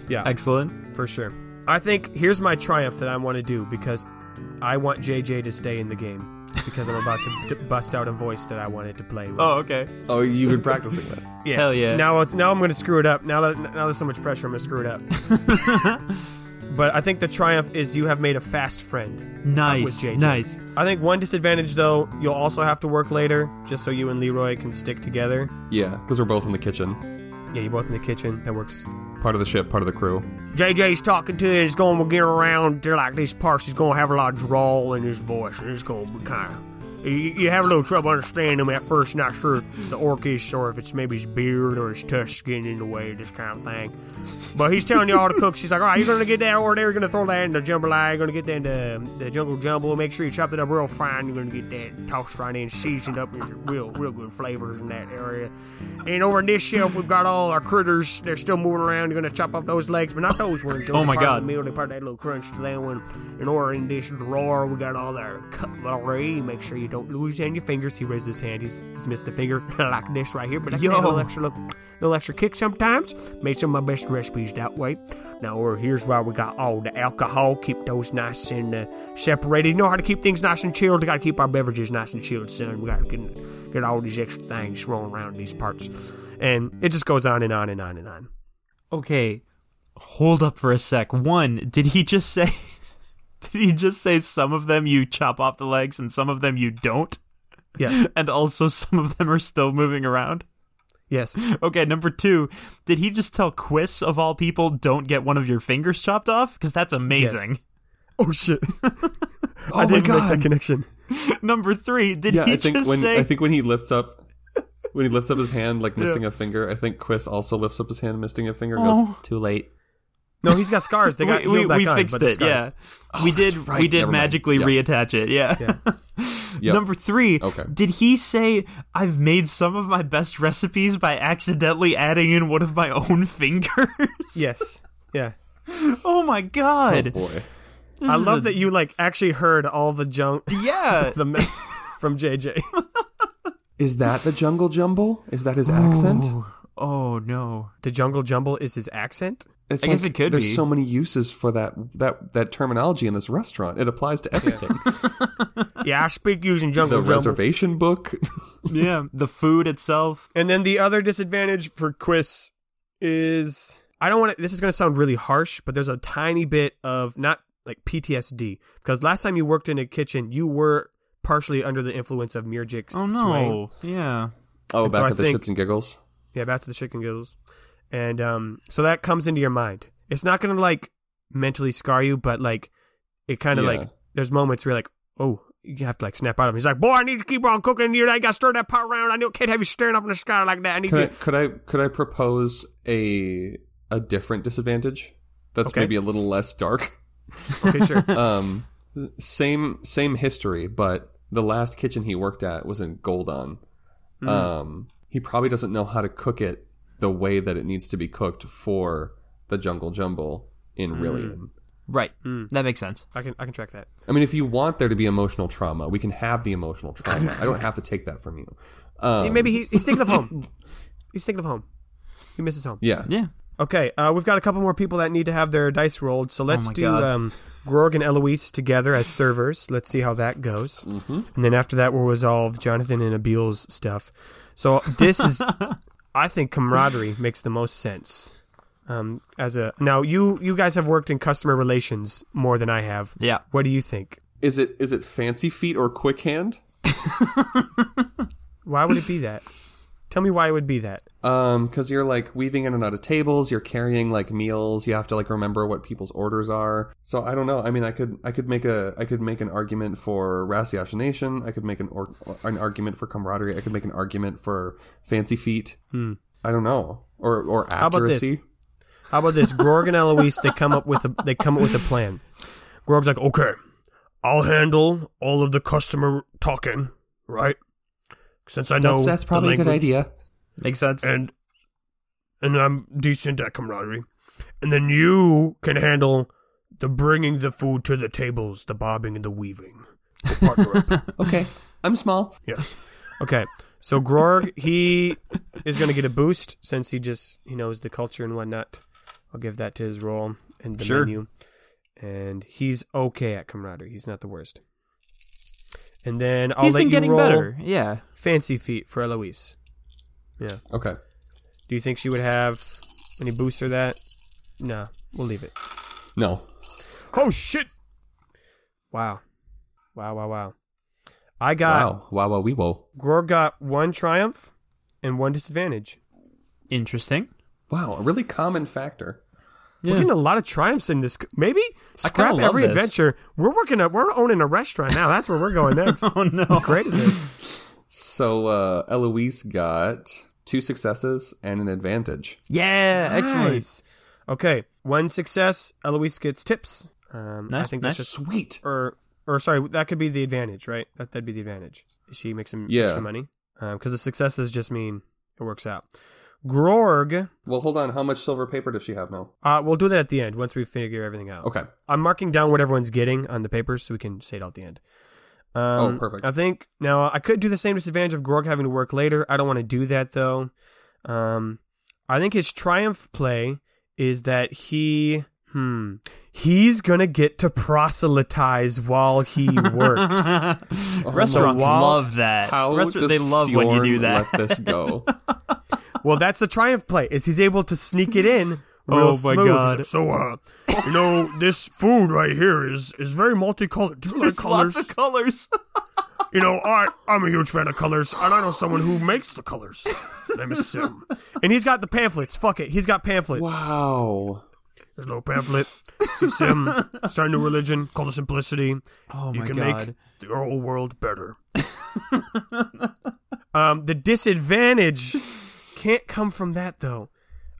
[SPEAKER 1] yeah,
[SPEAKER 3] Excellent.
[SPEAKER 1] for sure. I think here's my triumph that I want to do because I want JJ to stay in the game because I'm about to d- bust out a voice that I wanted to play with.
[SPEAKER 3] Oh, okay.
[SPEAKER 4] oh, you've been practicing that.
[SPEAKER 1] yeah.
[SPEAKER 3] Oh, hell yeah.
[SPEAKER 1] Now it's, now I'm going to screw it up. Now that now there's so much pressure, I'm going to screw it up. but I think the triumph is you have made a fast friend.
[SPEAKER 3] Nice,
[SPEAKER 1] JJ.
[SPEAKER 3] nice.
[SPEAKER 1] I think one disadvantage though, you'll also have to work later, just so you and Leroy can stick together.
[SPEAKER 4] Yeah, because we're both in the kitchen,
[SPEAKER 1] Yeah, you're both in the kitchen. That works.
[SPEAKER 4] part of the ship, part of the crew.
[SPEAKER 1] JJ's talking to it. It's going to get around. They're like, this person's going to have a lot of drawl in his voice. And it's going to be kind of
[SPEAKER 2] You, you have a little trouble understanding him at first, not sure if it's the orcish or if it's maybe his beard or his tusk getting in the way, this kind of thing. But he's telling you all to cook. She's like, all right, you're going to get that over there. You're going to throw that in the jambalaya. You're going to get that in the, the jungle jumble. Make sure you chop it up real fine. You're going to get that tossed right in, seasoned up with real, real good flavors in that area. And over on this shelf, we've got all our critters. They're still moving around. You're going to chop up those legs, but not those ones. Those
[SPEAKER 3] Oh
[SPEAKER 2] are
[SPEAKER 3] my
[SPEAKER 2] part of
[SPEAKER 3] God.
[SPEAKER 2] the meal. They part of that little crunch to that one. And over in this drawer, we got all our cutlery. Make sure you don't lose any fingers. He raised his hand. He's, he's missed a finger like this right here, but I can
[SPEAKER 3] Yo.
[SPEAKER 2] add a little extra, little, little extra kick sometimes. Made some of my best recipes that way. Now, over here's why we got all the alcohol. Keep those nice and uh, separated. You know how to keep things nice and chilled. We got to keep our beverages nice and chilled, son. We got to get, get all these extra things rolling around these parts. And it just goes on and on and on and on.
[SPEAKER 3] Okay, hold up for a sec. One, did he just say? Did he just say some of them you chop off the legs and some of them you don't?
[SPEAKER 2] Yes,
[SPEAKER 3] And also some of them are still moving around?
[SPEAKER 2] yes.
[SPEAKER 3] Okay, number two, did he just tell Quiz of all people don't get one of your fingers chopped off? Because that's amazing.
[SPEAKER 2] Oh shit!
[SPEAKER 3] Oh my
[SPEAKER 2] I didn't make
[SPEAKER 3] God.
[SPEAKER 2] that connection.
[SPEAKER 3] number three, did
[SPEAKER 4] Yeah,
[SPEAKER 3] he
[SPEAKER 4] I think
[SPEAKER 3] just
[SPEAKER 4] when
[SPEAKER 3] say
[SPEAKER 4] I think when he lifts up when he lifts up his hand like missing a finger, I think Chris also lifts up his hand missing a finger and goes
[SPEAKER 3] Oh.
[SPEAKER 4] too late.
[SPEAKER 2] No, he's got scars. They got
[SPEAKER 3] we, we,
[SPEAKER 2] healed back
[SPEAKER 3] we
[SPEAKER 2] on,
[SPEAKER 3] fixed
[SPEAKER 2] but the
[SPEAKER 3] it? Yeah,
[SPEAKER 2] scars-
[SPEAKER 3] we did.
[SPEAKER 4] that's right,
[SPEAKER 3] We did
[SPEAKER 4] never mind.
[SPEAKER 3] magically
[SPEAKER 4] Yeah.
[SPEAKER 3] reattach it. Yeah.
[SPEAKER 4] Yep.
[SPEAKER 3] Number three.
[SPEAKER 4] Okay.
[SPEAKER 3] Did he say I've made some of my best recipes by accidentally adding in one of my own fingers?
[SPEAKER 2] Yes. Yeah.
[SPEAKER 3] oh my god!
[SPEAKER 4] boy.
[SPEAKER 3] This
[SPEAKER 2] I
[SPEAKER 3] is
[SPEAKER 2] love
[SPEAKER 3] a-
[SPEAKER 2] that you like actually heard all the junk,
[SPEAKER 3] Yeah.
[SPEAKER 2] the mess from JJ.
[SPEAKER 4] Is that the jungle jumble? Is that his accent?
[SPEAKER 3] oh no.
[SPEAKER 2] the jungle jumble is his accent.
[SPEAKER 4] It's
[SPEAKER 3] I guess it could
[SPEAKER 4] there's
[SPEAKER 3] be.
[SPEAKER 4] so many uses for that that that terminology in this restaurant. It applies to everything.
[SPEAKER 2] Yeah, I speak using jungle
[SPEAKER 4] the
[SPEAKER 2] jumble.
[SPEAKER 4] reservation book.
[SPEAKER 3] Yeah. The food itself.
[SPEAKER 2] and then the other disadvantage for Quiz is I don't want to. This is going to sound really harsh, but there's a tiny bit of not like PTSD because last time you worked in a kitchen, you were partially under the influence of Mirjik's
[SPEAKER 3] Oh
[SPEAKER 2] swaying.
[SPEAKER 3] no. Yeah.
[SPEAKER 4] oh,
[SPEAKER 2] And so
[SPEAKER 4] back
[SPEAKER 2] I
[SPEAKER 4] at the
[SPEAKER 2] think-
[SPEAKER 4] shits and giggles.
[SPEAKER 2] Yeah, back to the chicken gills. And um, so that comes into your mind. It's not going to like mentally scar you, but like it kind of
[SPEAKER 4] Yeah.
[SPEAKER 2] like there's moments where you're like, oh, you have to like snap out of him. He's like, boy, I need to keep on cooking here. I got to stir that pot around. I know can't have you staring up in the sky like that. I need
[SPEAKER 4] Could I,
[SPEAKER 2] to.
[SPEAKER 4] could I could I propose a a different disadvantage? That's
[SPEAKER 2] Okay.
[SPEAKER 4] maybe a little less dark.
[SPEAKER 2] Okay, sure.
[SPEAKER 4] um, same same history, but the last kitchen he worked at was in Goldon.
[SPEAKER 2] Hmm.
[SPEAKER 4] Um, he probably doesn't know how to cook it the way that it needs to be cooked for the jungle jumble in
[SPEAKER 2] Hmm.
[SPEAKER 4] Rillian.
[SPEAKER 3] Right. That makes sense.
[SPEAKER 2] I can I can track that.
[SPEAKER 4] I mean, if you want there to be emotional trauma, we can have the emotional trauma. I don't have to take that from you. Um,
[SPEAKER 2] Maybe he's, he's thinking of home. He's thinking of home. He misses home.
[SPEAKER 4] yeah.
[SPEAKER 3] Yeah.
[SPEAKER 2] Okay, uh, we've got a couple more people that need to have their dice rolled. So let's
[SPEAKER 3] Oh my
[SPEAKER 2] do
[SPEAKER 3] God.
[SPEAKER 2] um, Gorg and Eloise together as servers. Let's see how that goes.
[SPEAKER 3] Mm-hmm.
[SPEAKER 2] And then after that, we'll resolve Jonathan and Abil's stuff. So this is, I think, camaraderie makes the most sense. Um, as a now, you you guys have worked in customer relations more than I have.
[SPEAKER 3] Yeah.
[SPEAKER 2] What do you think?
[SPEAKER 4] Is it is it fancy feet or quick hand?
[SPEAKER 2] Why would it be that? Tell me why it would be that.
[SPEAKER 4] Um, because you're like weaving in and out of tables, you're carrying like meals, you have to like remember what people's orders are. So I don't know. I mean, I could I could make a I could make an argument for Rasiash Nation. I could make an or, an argument for camaraderie. I could make an argument for fancy feet. Hmm. I don't know. Or or accuracy.
[SPEAKER 2] about this? How about this? Gorg and Eloise they come up with a they come up with a plan. Gorg's like, okay, I'll handle all of the customer talking, right? Since I know
[SPEAKER 4] That's, that's
[SPEAKER 2] the
[SPEAKER 4] probably a good
[SPEAKER 2] language
[SPEAKER 4] idea.
[SPEAKER 3] Makes sense.
[SPEAKER 2] and and I'm decent at camaraderie. And then you can handle the bringing the food to the tables, the bobbing and the weaving. The partner up.
[SPEAKER 4] Okay, I'm small.
[SPEAKER 2] Yes. Okay. So Gror, he is going to get a boost since he just he knows the culture and whatnot. I'll give that to his role and the
[SPEAKER 3] Sure.
[SPEAKER 2] menu. And he's okay at camaraderie. He's not the worst. And then I'll
[SPEAKER 3] He's
[SPEAKER 2] let
[SPEAKER 3] been
[SPEAKER 2] you
[SPEAKER 3] getting
[SPEAKER 2] roll
[SPEAKER 3] better. Yeah.
[SPEAKER 2] fancy feet for Eloise. Yeah.
[SPEAKER 4] Okay.
[SPEAKER 2] Do you think she would have any boost or that? No. We'll leave it.
[SPEAKER 4] No.
[SPEAKER 2] Oh shit! Wow. Wow! Wow! Wow! I got
[SPEAKER 4] Wow. Wow. Wow. We whoa.
[SPEAKER 2] Gror got one triumph and one disadvantage.
[SPEAKER 3] Interesting.
[SPEAKER 4] Wow. A really common factor.
[SPEAKER 1] We're getting a lot of triumphs in this. c- Maybe scrap
[SPEAKER 3] love
[SPEAKER 1] every
[SPEAKER 3] this.
[SPEAKER 1] adventure. We're working. Up, we're owning a restaurant now. That's where we're going next. oh no! Great. at this.
[SPEAKER 4] So uh, Eloise got two successes and an advantage.
[SPEAKER 3] Yeah, excellent.
[SPEAKER 1] Nice. Okay, one success. Eloise gets tips. Um, I
[SPEAKER 3] Nice,
[SPEAKER 1] think
[SPEAKER 3] nice.
[SPEAKER 1] that's just
[SPEAKER 4] Sweet.
[SPEAKER 1] or or sorry, that could be the advantage, right? That that'd be the advantage. She makes some
[SPEAKER 4] Yeah.
[SPEAKER 1] extra money because the successes just mean it works out. Grorg.
[SPEAKER 4] Well, hold on. How much silver paper does she have now?
[SPEAKER 1] Uh, we'll do that at the end once we figure everything out.
[SPEAKER 4] Okay.
[SPEAKER 1] I'm marking down what everyone's getting on the papers so we can say it all at the end. Um,
[SPEAKER 4] Oh, perfect.
[SPEAKER 1] I think now I could do the same disadvantage of Gorg having to work later. I don't want to do that though. Um, I think his triumph play is that he hmm he's gonna get to proselytize while he works.
[SPEAKER 3] Restaurants
[SPEAKER 1] So while-
[SPEAKER 3] love that.
[SPEAKER 4] How
[SPEAKER 3] Restaur-
[SPEAKER 4] does
[SPEAKER 3] they love when you
[SPEAKER 4] Fjorn
[SPEAKER 3] do that.
[SPEAKER 4] Let this go.
[SPEAKER 1] Well, that's the triumph play. Is he's able to sneak it in? Real
[SPEAKER 3] Oh, my
[SPEAKER 1] smooth.
[SPEAKER 3] God.
[SPEAKER 1] He's like, so, uh, you know, this food right here is is very multicolored. Do you like colors?
[SPEAKER 3] Lots of colors.
[SPEAKER 1] you know, I I'm a huge fan of colors, and I know someone who makes the colors. His name is Sim, and he's got the pamphlets. Fuck it, he's got pamphlets.
[SPEAKER 4] wow.
[SPEAKER 1] There's no pamphlet. See Sim, start a new religion called the simplicity.
[SPEAKER 3] Oh
[SPEAKER 1] you can make the whole world better. um, the disadvantage can't come from that though,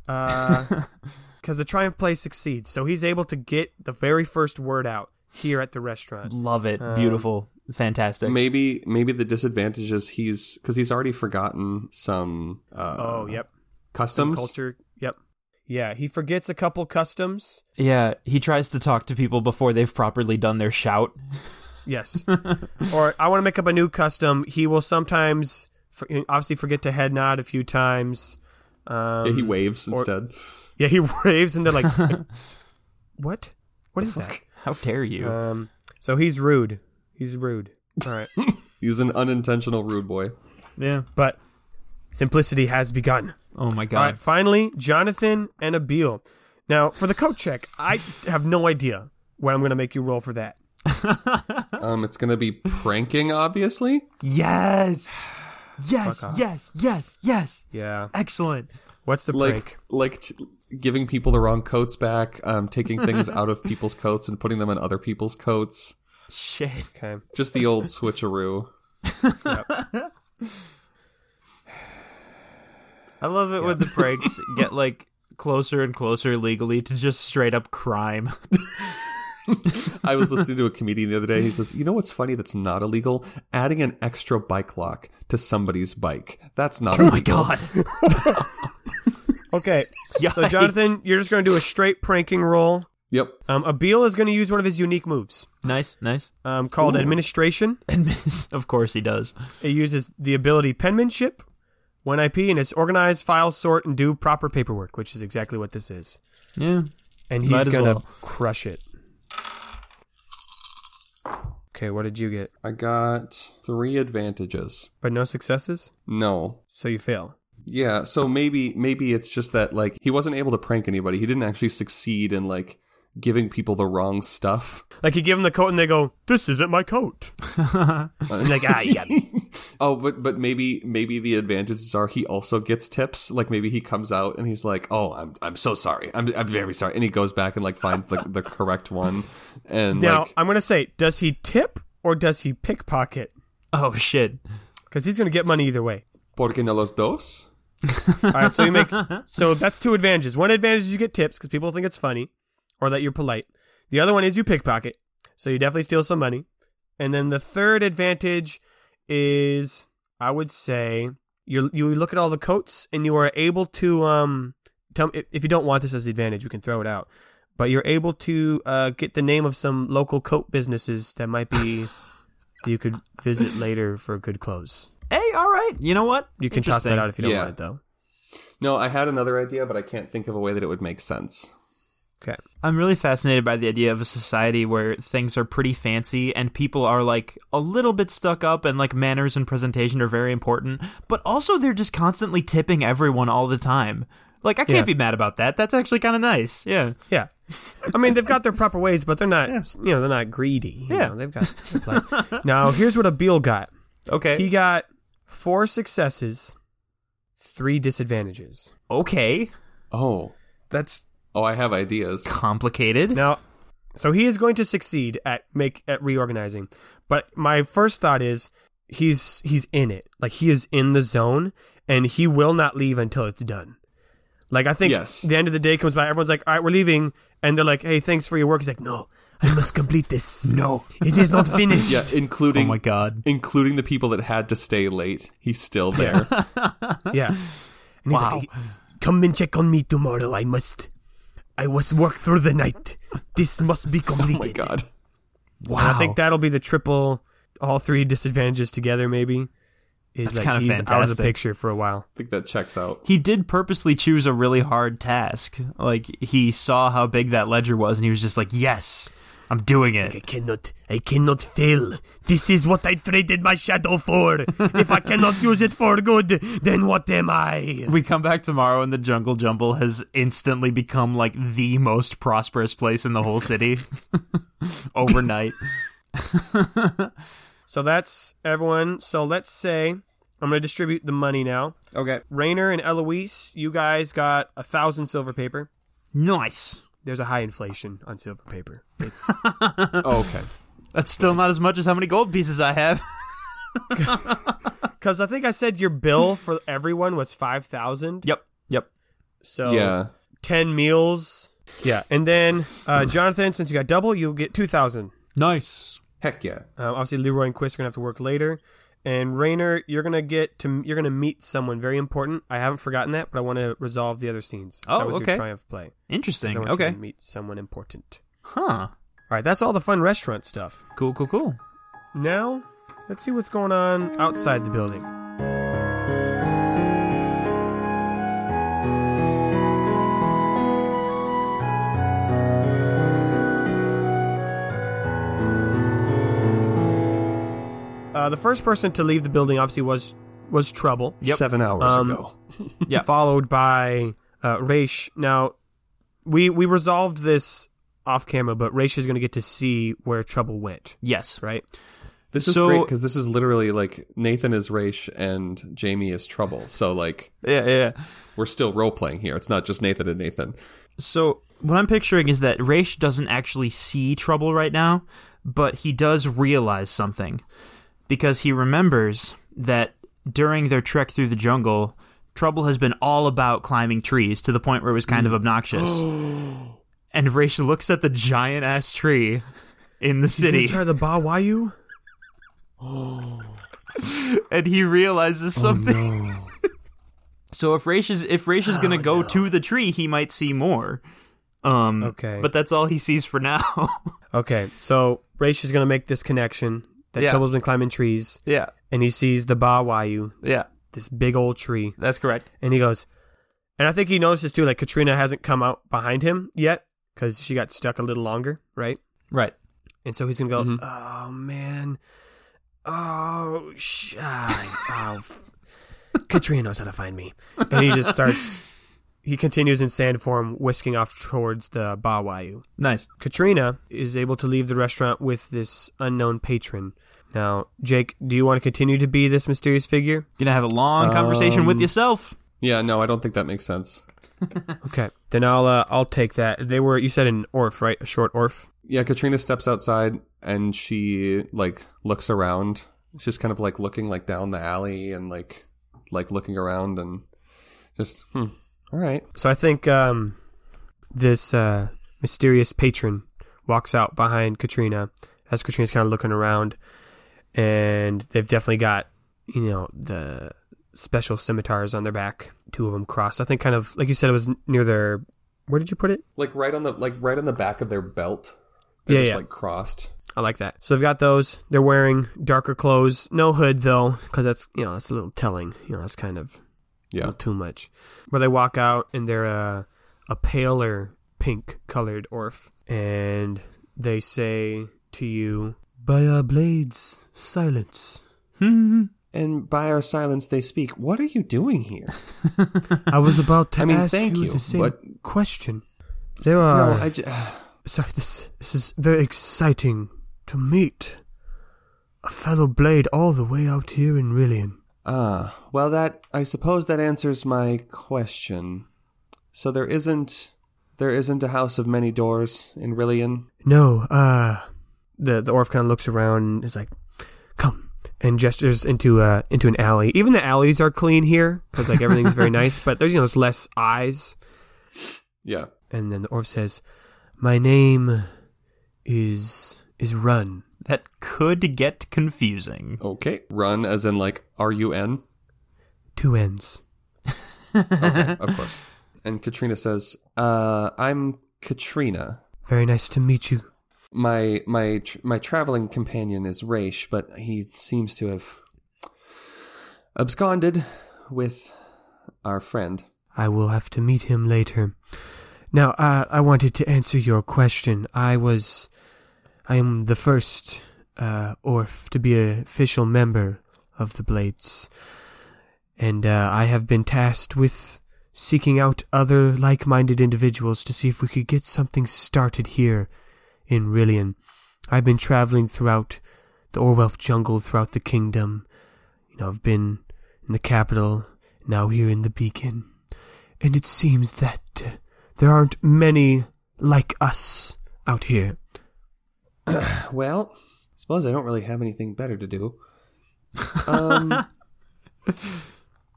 [SPEAKER 1] because the triumph play succeeds. So he's able to get the very first word out here at the restaurant.
[SPEAKER 3] Love it. Beautiful. Fantastic.
[SPEAKER 4] Maybe maybe the disadvantage is he's because he's already forgotten some uh,
[SPEAKER 1] Oh, yep.
[SPEAKER 4] customs.
[SPEAKER 1] Culture. Yep. Yeah, he forgets a couple customs.
[SPEAKER 3] Yeah, he tries to talk to people before they've properly done their shout.
[SPEAKER 1] Yes. or I want to make up a new custom. He will sometimes, for, obviously, forget to head nod a few times. Um,
[SPEAKER 4] Yeah, he waves instead.
[SPEAKER 1] yeah, he waves and they're like, "What? What is that?"
[SPEAKER 3] How dare you?
[SPEAKER 1] Um, so he's rude. He's rude. All right,
[SPEAKER 4] He's an unintentional rude boy.
[SPEAKER 3] yeah.
[SPEAKER 1] but simplicity has begun.
[SPEAKER 3] Oh my
[SPEAKER 1] All
[SPEAKER 3] god.
[SPEAKER 1] right, finally, Jonathan and Abil. Now, for the coat check, I have no idea what I'm going to make you roll for that.
[SPEAKER 4] Um, it's gonna be pranking, obviously.
[SPEAKER 3] Yes. Yes, yes, yes, yes.
[SPEAKER 1] Yeah.
[SPEAKER 3] Excellent.
[SPEAKER 1] What's the
[SPEAKER 4] like
[SPEAKER 1] prank?
[SPEAKER 4] like t- giving people the wrong coats back, um, taking things out of people's coats and putting them in other people's coats.
[SPEAKER 3] Shit.
[SPEAKER 1] Okay.
[SPEAKER 4] Just the old switcheroo.
[SPEAKER 3] I love it when the pranks get like closer and closer legally to just straight up crime.
[SPEAKER 4] I was listening to a comedian the other day. He says, "You know what's funny? That's not illegal. Adding an extra bike lock to somebody's bike. That's not
[SPEAKER 3] Oh my
[SPEAKER 4] illegal.
[SPEAKER 3] god.
[SPEAKER 1] Okay. So
[SPEAKER 3] Yikes.
[SPEAKER 1] Jonathan, you're just going to do a straight pranking roll.
[SPEAKER 4] Yep.
[SPEAKER 1] Um, Abil is going to use one of his unique moves
[SPEAKER 3] Nice, nice.
[SPEAKER 1] um, called administration.
[SPEAKER 3] Uh, And miss. Of course he does.
[SPEAKER 1] It uses the ability penmanship, one IP, and it's organize, file, sort, and do proper paperwork, which is exactly what this is.
[SPEAKER 3] Yeah.
[SPEAKER 1] And
[SPEAKER 3] Might
[SPEAKER 1] he's
[SPEAKER 3] as
[SPEAKER 1] going to
[SPEAKER 3] well.
[SPEAKER 1] crush it. Okay, what did you get?
[SPEAKER 4] I got three advantages.
[SPEAKER 1] But no successes,
[SPEAKER 4] No."
[SPEAKER 1] so you fail.
[SPEAKER 4] Yeah, so maybe maybe it's just that like he wasn't able to prank anybody. He didn't actually succeed in like giving people the wrong stuff.
[SPEAKER 1] Like you give them the coat and they go, "This isn't my coat." And like ah, yeah.
[SPEAKER 4] Oh, but but maybe maybe the advantages are he also gets tips. Like maybe he comes out and he's like, "Oh, I'm I'm so sorry. I'm I'm very sorry." And he goes back and like finds the the correct one. And
[SPEAKER 1] Now
[SPEAKER 4] like
[SPEAKER 1] I'm gonna say, does he tip or does he pickpocket?
[SPEAKER 3] Oh shit.
[SPEAKER 1] Because he's gonna get money either way.
[SPEAKER 4] porque no los dos?
[SPEAKER 1] All right, so you make so that's two advantages. One advantage is you get tips because people think it's funny, or that you're polite. The other one is you pickpocket, so you definitely steal some money. And then the third advantage is, I would say, you you look at all the coats and you are able to um tell if- if you don't want this as the advantage, you can throw it out. But you're able to uh, get the name of some local coat businesses that might be you could visit later for good clothes.
[SPEAKER 3] Hey, all right. You know what?
[SPEAKER 1] You can toss that
[SPEAKER 3] Interesting.
[SPEAKER 1] out if you don't
[SPEAKER 4] Yeah.
[SPEAKER 1] want it though.
[SPEAKER 4] No, I had another idea, but I can't think of a way that it would make sense.
[SPEAKER 1] Okay.
[SPEAKER 3] I'm really fascinated by the idea of a society where things are pretty fancy and people are like a little bit stuck up and like manners and presentation are very important, but also they're just constantly tipping everyone all the time. Like I can't
[SPEAKER 1] Yeah.
[SPEAKER 3] be mad about that. That's actually kind of nice. Yeah.
[SPEAKER 1] Yeah, I mean they've got their proper ways, but they're not. You know, they're not greedy. You
[SPEAKER 3] Yeah.
[SPEAKER 1] know, they've got. they're like- now here's what Abil got.
[SPEAKER 3] Okay.
[SPEAKER 1] He got four successes, three disadvantages.
[SPEAKER 3] okay.
[SPEAKER 4] Oh,
[SPEAKER 3] That's
[SPEAKER 4] Oh, I have ideas.
[SPEAKER 3] Complicated.
[SPEAKER 1] Now, so he is going to succeed at make at reorganizing. But my first thought is he's he's in it. Like he is in the zone and he will not leave until it's done. Like I think
[SPEAKER 4] Yes.
[SPEAKER 1] the end of the day comes by everyone's like, "All right, we're leaving." And they're like, "Hey, thanks for your work." He's like, "No, I must complete this. no, it is not finished."
[SPEAKER 4] Yeah, including
[SPEAKER 3] Oh my god.
[SPEAKER 4] including the people that had to stay late. He's still there. Oh
[SPEAKER 1] Yeah. And he's
[SPEAKER 3] Wow.
[SPEAKER 1] like, come and check on me tomorrow. I must, I must work through the night. This must be completed.
[SPEAKER 4] oh my god.
[SPEAKER 1] And
[SPEAKER 3] Wow.
[SPEAKER 1] I think that'll be the triple, all three disadvantages together, maybe. Is
[SPEAKER 3] That's
[SPEAKER 1] like
[SPEAKER 3] kinda
[SPEAKER 1] he's out of the
[SPEAKER 3] fantastic.
[SPEAKER 1] picture for a while.
[SPEAKER 4] I think that checks out.
[SPEAKER 3] he did purposely choose a really hard task. Like he saw how big that ledger was, and he was just like, "Yes, I'm doing it."
[SPEAKER 1] I cannot, I cannot fail. This is what I traded my shadow for. if I cannot use it for good, then what am I?
[SPEAKER 3] we come back tomorrow, and the Jungle Jumble has instantly become like the most prosperous place in the whole city overnight.
[SPEAKER 1] So that's everyone. So let's say I'm going to distribute the money now.
[SPEAKER 4] Okay.
[SPEAKER 1] Rainer and Eloise, you guys got a thousand silver paper.
[SPEAKER 3] nice.
[SPEAKER 1] there's a high inflation on silver paper. It's
[SPEAKER 4] Oh, okay.
[SPEAKER 3] That's still not as much as how many gold pieces I have.
[SPEAKER 1] because I think I said your bill for everyone was five thousand.
[SPEAKER 3] yep. Yep.
[SPEAKER 1] So
[SPEAKER 4] Yeah.
[SPEAKER 1] ten meals. Yeah, and then uh, Jonathan, since you got double, you'll get two thousand.
[SPEAKER 3] Nice.
[SPEAKER 4] Heck yeah.
[SPEAKER 1] Um, obviously, Leroy and Quist are gonna have to work later, and Rayner, you're gonna get to you're gonna meet someone very important. I haven't forgotten that, but I want to resolve the other scenes.
[SPEAKER 3] Oh,
[SPEAKER 1] that was
[SPEAKER 3] okay.
[SPEAKER 1] Your triumph play. 'Cause
[SPEAKER 3] Interesting.
[SPEAKER 1] I want you
[SPEAKER 3] Okay.
[SPEAKER 1] to meet someone important.
[SPEAKER 3] Huh.
[SPEAKER 1] All right, that's all the fun restaurant stuff.
[SPEAKER 3] Cool. Cool. Cool.
[SPEAKER 1] Now, let's see what's going on outside the building. Uh, the first person to leave the building obviously was was trouble,
[SPEAKER 4] Seven hours
[SPEAKER 1] Um,
[SPEAKER 4] ago.
[SPEAKER 3] Yeah.
[SPEAKER 1] followed by uh, Raish. Now, we we resolved this off camera, but Raish is going to get to see where trouble went,
[SPEAKER 3] Yes.
[SPEAKER 1] right?
[SPEAKER 4] This is
[SPEAKER 3] so-
[SPEAKER 4] great because this is literally like Nathan is Raish and Jamie is Trouble. So like
[SPEAKER 3] Yeah. Yeah.
[SPEAKER 4] we're still role playing here. It's not just Nathan and Nathan.
[SPEAKER 3] So what I'm picturing is that Raish doesn't actually see trouble right now, but he does realize something because he remembers that during their trek through the jungle, trouble has been all about climbing trees to the point where it was kind of obnoxious. and Raish looks at the giant ass tree in the city
[SPEAKER 1] the Ba Wayu?
[SPEAKER 3] and he realizes something. so if Raish is if Raish is going to go to the tree, he might see more. Um,
[SPEAKER 1] Okay.
[SPEAKER 3] but that's all he sees for now.
[SPEAKER 1] Okay, so Raish is going to make this connection that
[SPEAKER 3] Yeah.
[SPEAKER 1] Trouble's been climbing trees,
[SPEAKER 3] Yeah,
[SPEAKER 1] and he sees the Ba Wayu,
[SPEAKER 3] yeah,
[SPEAKER 1] this big old tree,
[SPEAKER 3] that's correct.
[SPEAKER 1] and he goes, and I think he notices too, like Katrina hasn't come out behind him yet because she got stuck a little longer, right?
[SPEAKER 3] Right.
[SPEAKER 1] And so he's going to go, oh man, oh, sh- ah, oh f- Katrina knows how to find me. And he just starts, he continues in sand form, whisking off towards the Ba Wayu.
[SPEAKER 3] Nice.
[SPEAKER 1] Katrina is able to leave the restaurant with this unknown patron. Now, Jake, do you want to continue to be this mysterious figure?
[SPEAKER 3] Gonna have a long conversation with yourself.
[SPEAKER 4] Yeah, no, I don't think that makes sense.
[SPEAKER 1] Okay, then I'll uh, I'll take that. They were you said an orf, right? A short orf.
[SPEAKER 4] Yeah, Katrina steps outside and she like looks around. She's kind of like looking like down the alley and like like looking around and just hmm. All right.
[SPEAKER 1] So I think um, this uh, mysterious patron walks out behind Katrina as Katrina's kind of looking around, and they've definitely got you know the special scimitars on their back. Two of them crossed. I think kind of like you said, it was n- near their. Where did you put it?
[SPEAKER 4] Like right on the like right on the back of their belt. They're
[SPEAKER 1] Yeah,
[SPEAKER 4] just
[SPEAKER 1] yeah.
[SPEAKER 4] like crossed.
[SPEAKER 1] I like that. So they've got those. They're wearing darker clothes, no hood though, because that's you know that's a little telling. You know that's kind of a
[SPEAKER 4] Yeah.
[SPEAKER 1] little too much. Where they walk out and they're uh, a paler pink colored orf, and they say to you, "By our blades, silence."
[SPEAKER 4] And by our silence they speak. What are you doing here?
[SPEAKER 1] I was about to
[SPEAKER 4] I mean, thank you, but-
[SPEAKER 1] question. There are.
[SPEAKER 4] no, I ju-
[SPEAKER 1] Sorry, this this is very exciting to meet a fellow blade all the way out here in Rillian.
[SPEAKER 4] Ah, well, that I suppose that answers my question. So there isn't There isn't a house of many doors in Rillian.
[SPEAKER 1] No, uh, the the orf kind of looks around and is like, "Come," and gestures into uh into an alley. Even the alleys are clean here because like everything's very nice, but there's you know there's less eyes.
[SPEAKER 2] Yeah.
[SPEAKER 1] And then the orf says, "My name is is Run."
[SPEAKER 3] That could get confusing.
[SPEAKER 4] Okay. Run as in like R U N.
[SPEAKER 1] Two ends.
[SPEAKER 4] Okay, of course. And Katrina says, uh, "I'm Katrina.
[SPEAKER 1] Very nice to meet you.
[SPEAKER 4] My my tr- my traveling companion is Raish, but he seems to have absconded with our friend."
[SPEAKER 1] I will have to meet him later. Now, uh, I wanted to answer your question. I was, I am the first uh, Orf to be an official member of the Blades, and uh, I have been tasked with seeking out other like-minded individuals to see if we could get something started here in Rillian. I've been traveling throughout the Orwelf jungle, throughout the kingdom. You know, I've been in the capital, now here in the beacon and it seems that uh, there aren't many like us out here.
[SPEAKER 4] Well, suppose I don't really have anything better to do. Um,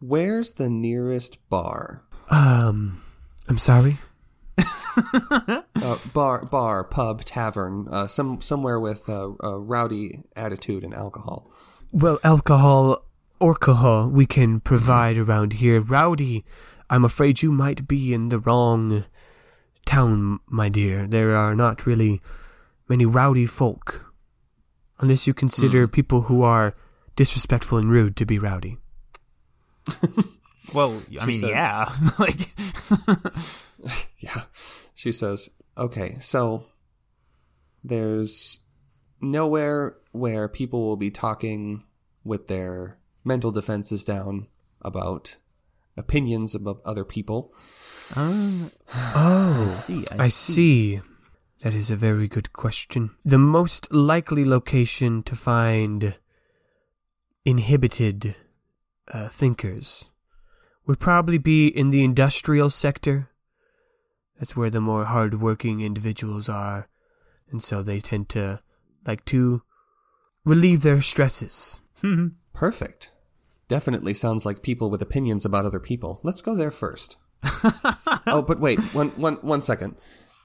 [SPEAKER 4] where's the nearest bar?
[SPEAKER 1] Um, I'm sorry.
[SPEAKER 4] Uh, bar, bar, pub, tavern, uh, some somewhere with uh, a rowdy attitude and alcohol.
[SPEAKER 1] Well, alcohol, alcohol, we can provide around here. Rowdy, I'm afraid you might be in the wrong town, my dear. There are not really many rowdy folk, unless you consider people who are disrespectful and rude to be rowdy.
[SPEAKER 3] Well, I mean,
[SPEAKER 4] said-
[SPEAKER 3] yeah. like,
[SPEAKER 4] Yeah. She says, okay, so there's nowhere where people will be talking with their mental defenses down about opinions about other people.
[SPEAKER 1] Oh,
[SPEAKER 3] see, I,
[SPEAKER 1] I see. That is a very good question. The most likely location to find inhibited uh, thinkers would probably be in the industrial sector. That's where the more hardworking individuals are, and so they tend to like to relieve their stresses.
[SPEAKER 4] Perfect. Definitely sounds like people with opinions about other people. Let's go there first. oh, but wait, one, one, one second.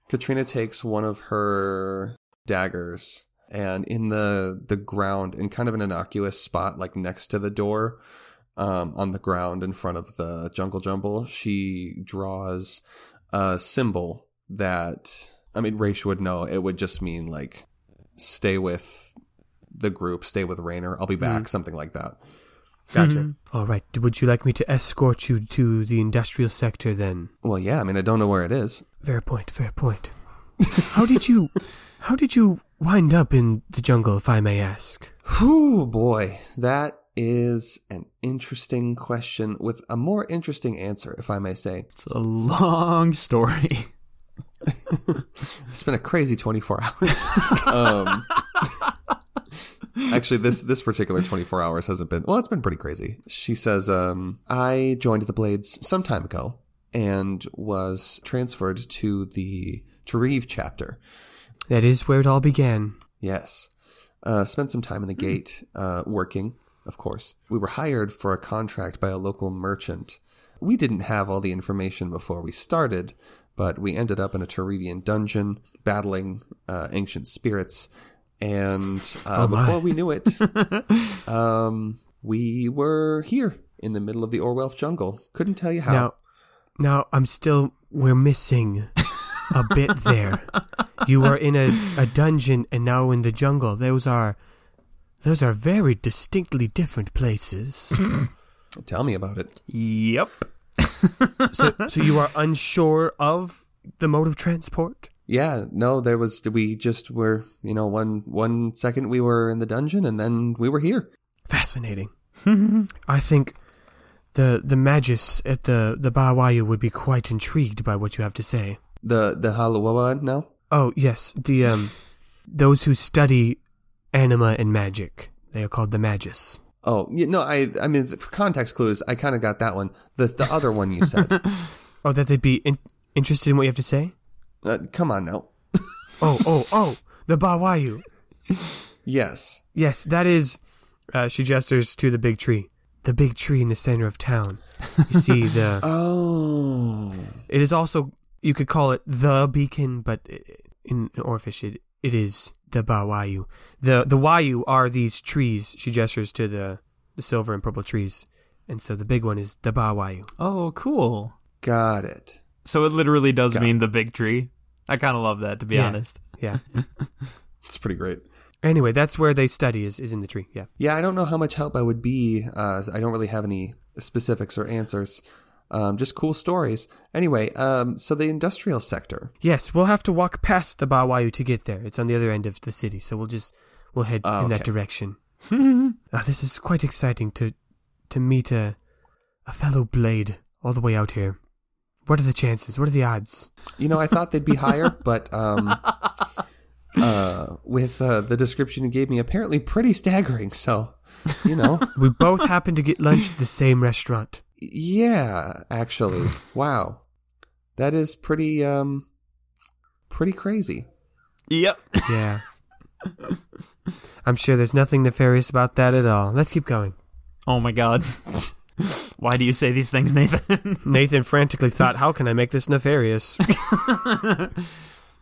[SPEAKER 4] Katrina takes one of her daggers and in the the ground, in kind of an innocuous spot, like next to the door, um, on the ground in front of the jungle jumble, she draws a symbol that I mean, Raish would know. It would just mean like stay with the group, stay with Rainer. I'll be back, something like that.
[SPEAKER 1] Gotcha. Mm-hmm. All right. Would you like me to escort you to the industrial sector then?
[SPEAKER 4] Well, yeah, I mean, I don't know where it is.
[SPEAKER 1] Fair point, fair point. How did you how did you wind up in the jungle, if I may ask?
[SPEAKER 4] Whew, boy, that is an interesting question with a more interesting answer, if I may say.
[SPEAKER 3] it's a long story.
[SPEAKER 4] It's been a crazy 24 hours. um, actually, this this particular 24 hours hasn't been. Well, it's been pretty crazy. She says, um, "I joined the Blades some time ago and was transferred to the Tareve chapter.
[SPEAKER 1] That is where it all began.
[SPEAKER 4] Yes. Uh, spent some time in the gate uh, working, of course. We were hired for a contract by a local merchant. We didn't have all the information before we started, but we ended up in a Terevian dungeon battling uh, ancient spirits. And uh, before we knew it, um, we were here in the middle of the Orwelf jungle. Couldn't tell you how.
[SPEAKER 1] Now now I'm still we're missing a bit there. You were in a, a dungeon and now in the jungle. Those are those are very distinctly different places.
[SPEAKER 4] Tell me about it.
[SPEAKER 3] Yep.
[SPEAKER 1] so so you are unsure of the mode of transport?
[SPEAKER 4] Yeah, no, there was. We just were, you know, one one second we were in the dungeon, and then we were here.
[SPEAKER 1] Fascinating. I think the the magus at the the Bawayu would be quite intrigued by what you have to say.
[SPEAKER 4] The the Halawawa now?
[SPEAKER 1] Oh yes, the um, those who study anima and magic, they are called the magus.
[SPEAKER 4] Oh yeah, no, I I mean for context clues, I kind of got that one. The the other one you said.
[SPEAKER 1] Oh, that they'd be in- interested in what you have to say.
[SPEAKER 4] Uh, come on now.
[SPEAKER 1] Oh, oh, oh, the Bawayu.
[SPEAKER 4] Yes.
[SPEAKER 1] Yes, that is. Uh, she gestures to the big tree. The big tree in the center of town. You see the.
[SPEAKER 4] Oh.
[SPEAKER 1] It is also you could call it the beacon, but i- in Orphish it, it is the Bawayu. The the Wayu are these trees. She gestures to the, the silver and purple trees, and so the big one is the Bawayu.
[SPEAKER 3] Oh, cool.
[SPEAKER 4] Got it.
[SPEAKER 3] So it literally does
[SPEAKER 4] Got
[SPEAKER 3] mean the big tree. I kind of love that, to be
[SPEAKER 1] Yeah.
[SPEAKER 3] honest.
[SPEAKER 1] Yeah.
[SPEAKER 4] It's pretty great.
[SPEAKER 1] anyway, that's where they study is is in the tree. Yeah.
[SPEAKER 4] Yeah, I don't know how much help I would be. Uh, I don't really have any specifics or answers. Um, just cool stories. Anyway, um, so the industrial sector.
[SPEAKER 1] Yes, we'll have to walk past the Bawayu to get there. It's on the other end of the city, so we'll just we'll head
[SPEAKER 4] Ah,
[SPEAKER 1] in that
[SPEAKER 4] okay.
[SPEAKER 1] direction. Ah, this is quite exciting to to meet a a fellow blade all the way out here. What are the chances? What are the odds?
[SPEAKER 4] You know, I thought they'd be higher, but um, uh, with uh, the description you gave me, apparently pretty staggering. So, you know,
[SPEAKER 1] We both happen to get lunch at the same restaurant.
[SPEAKER 4] yeah, actually, wow, that is pretty um, pretty crazy.
[SPEAKER 3] Yep.
[SPEAKER 1] Yeah. I'm sure there's nothing nefarious about that at all. Let's keep going.
[SPEAKER 3] Oh my god. Why do you say these things, Nathan?
[SPEAKER 1] Nathan frantically thought, "How can I make this nefarious?"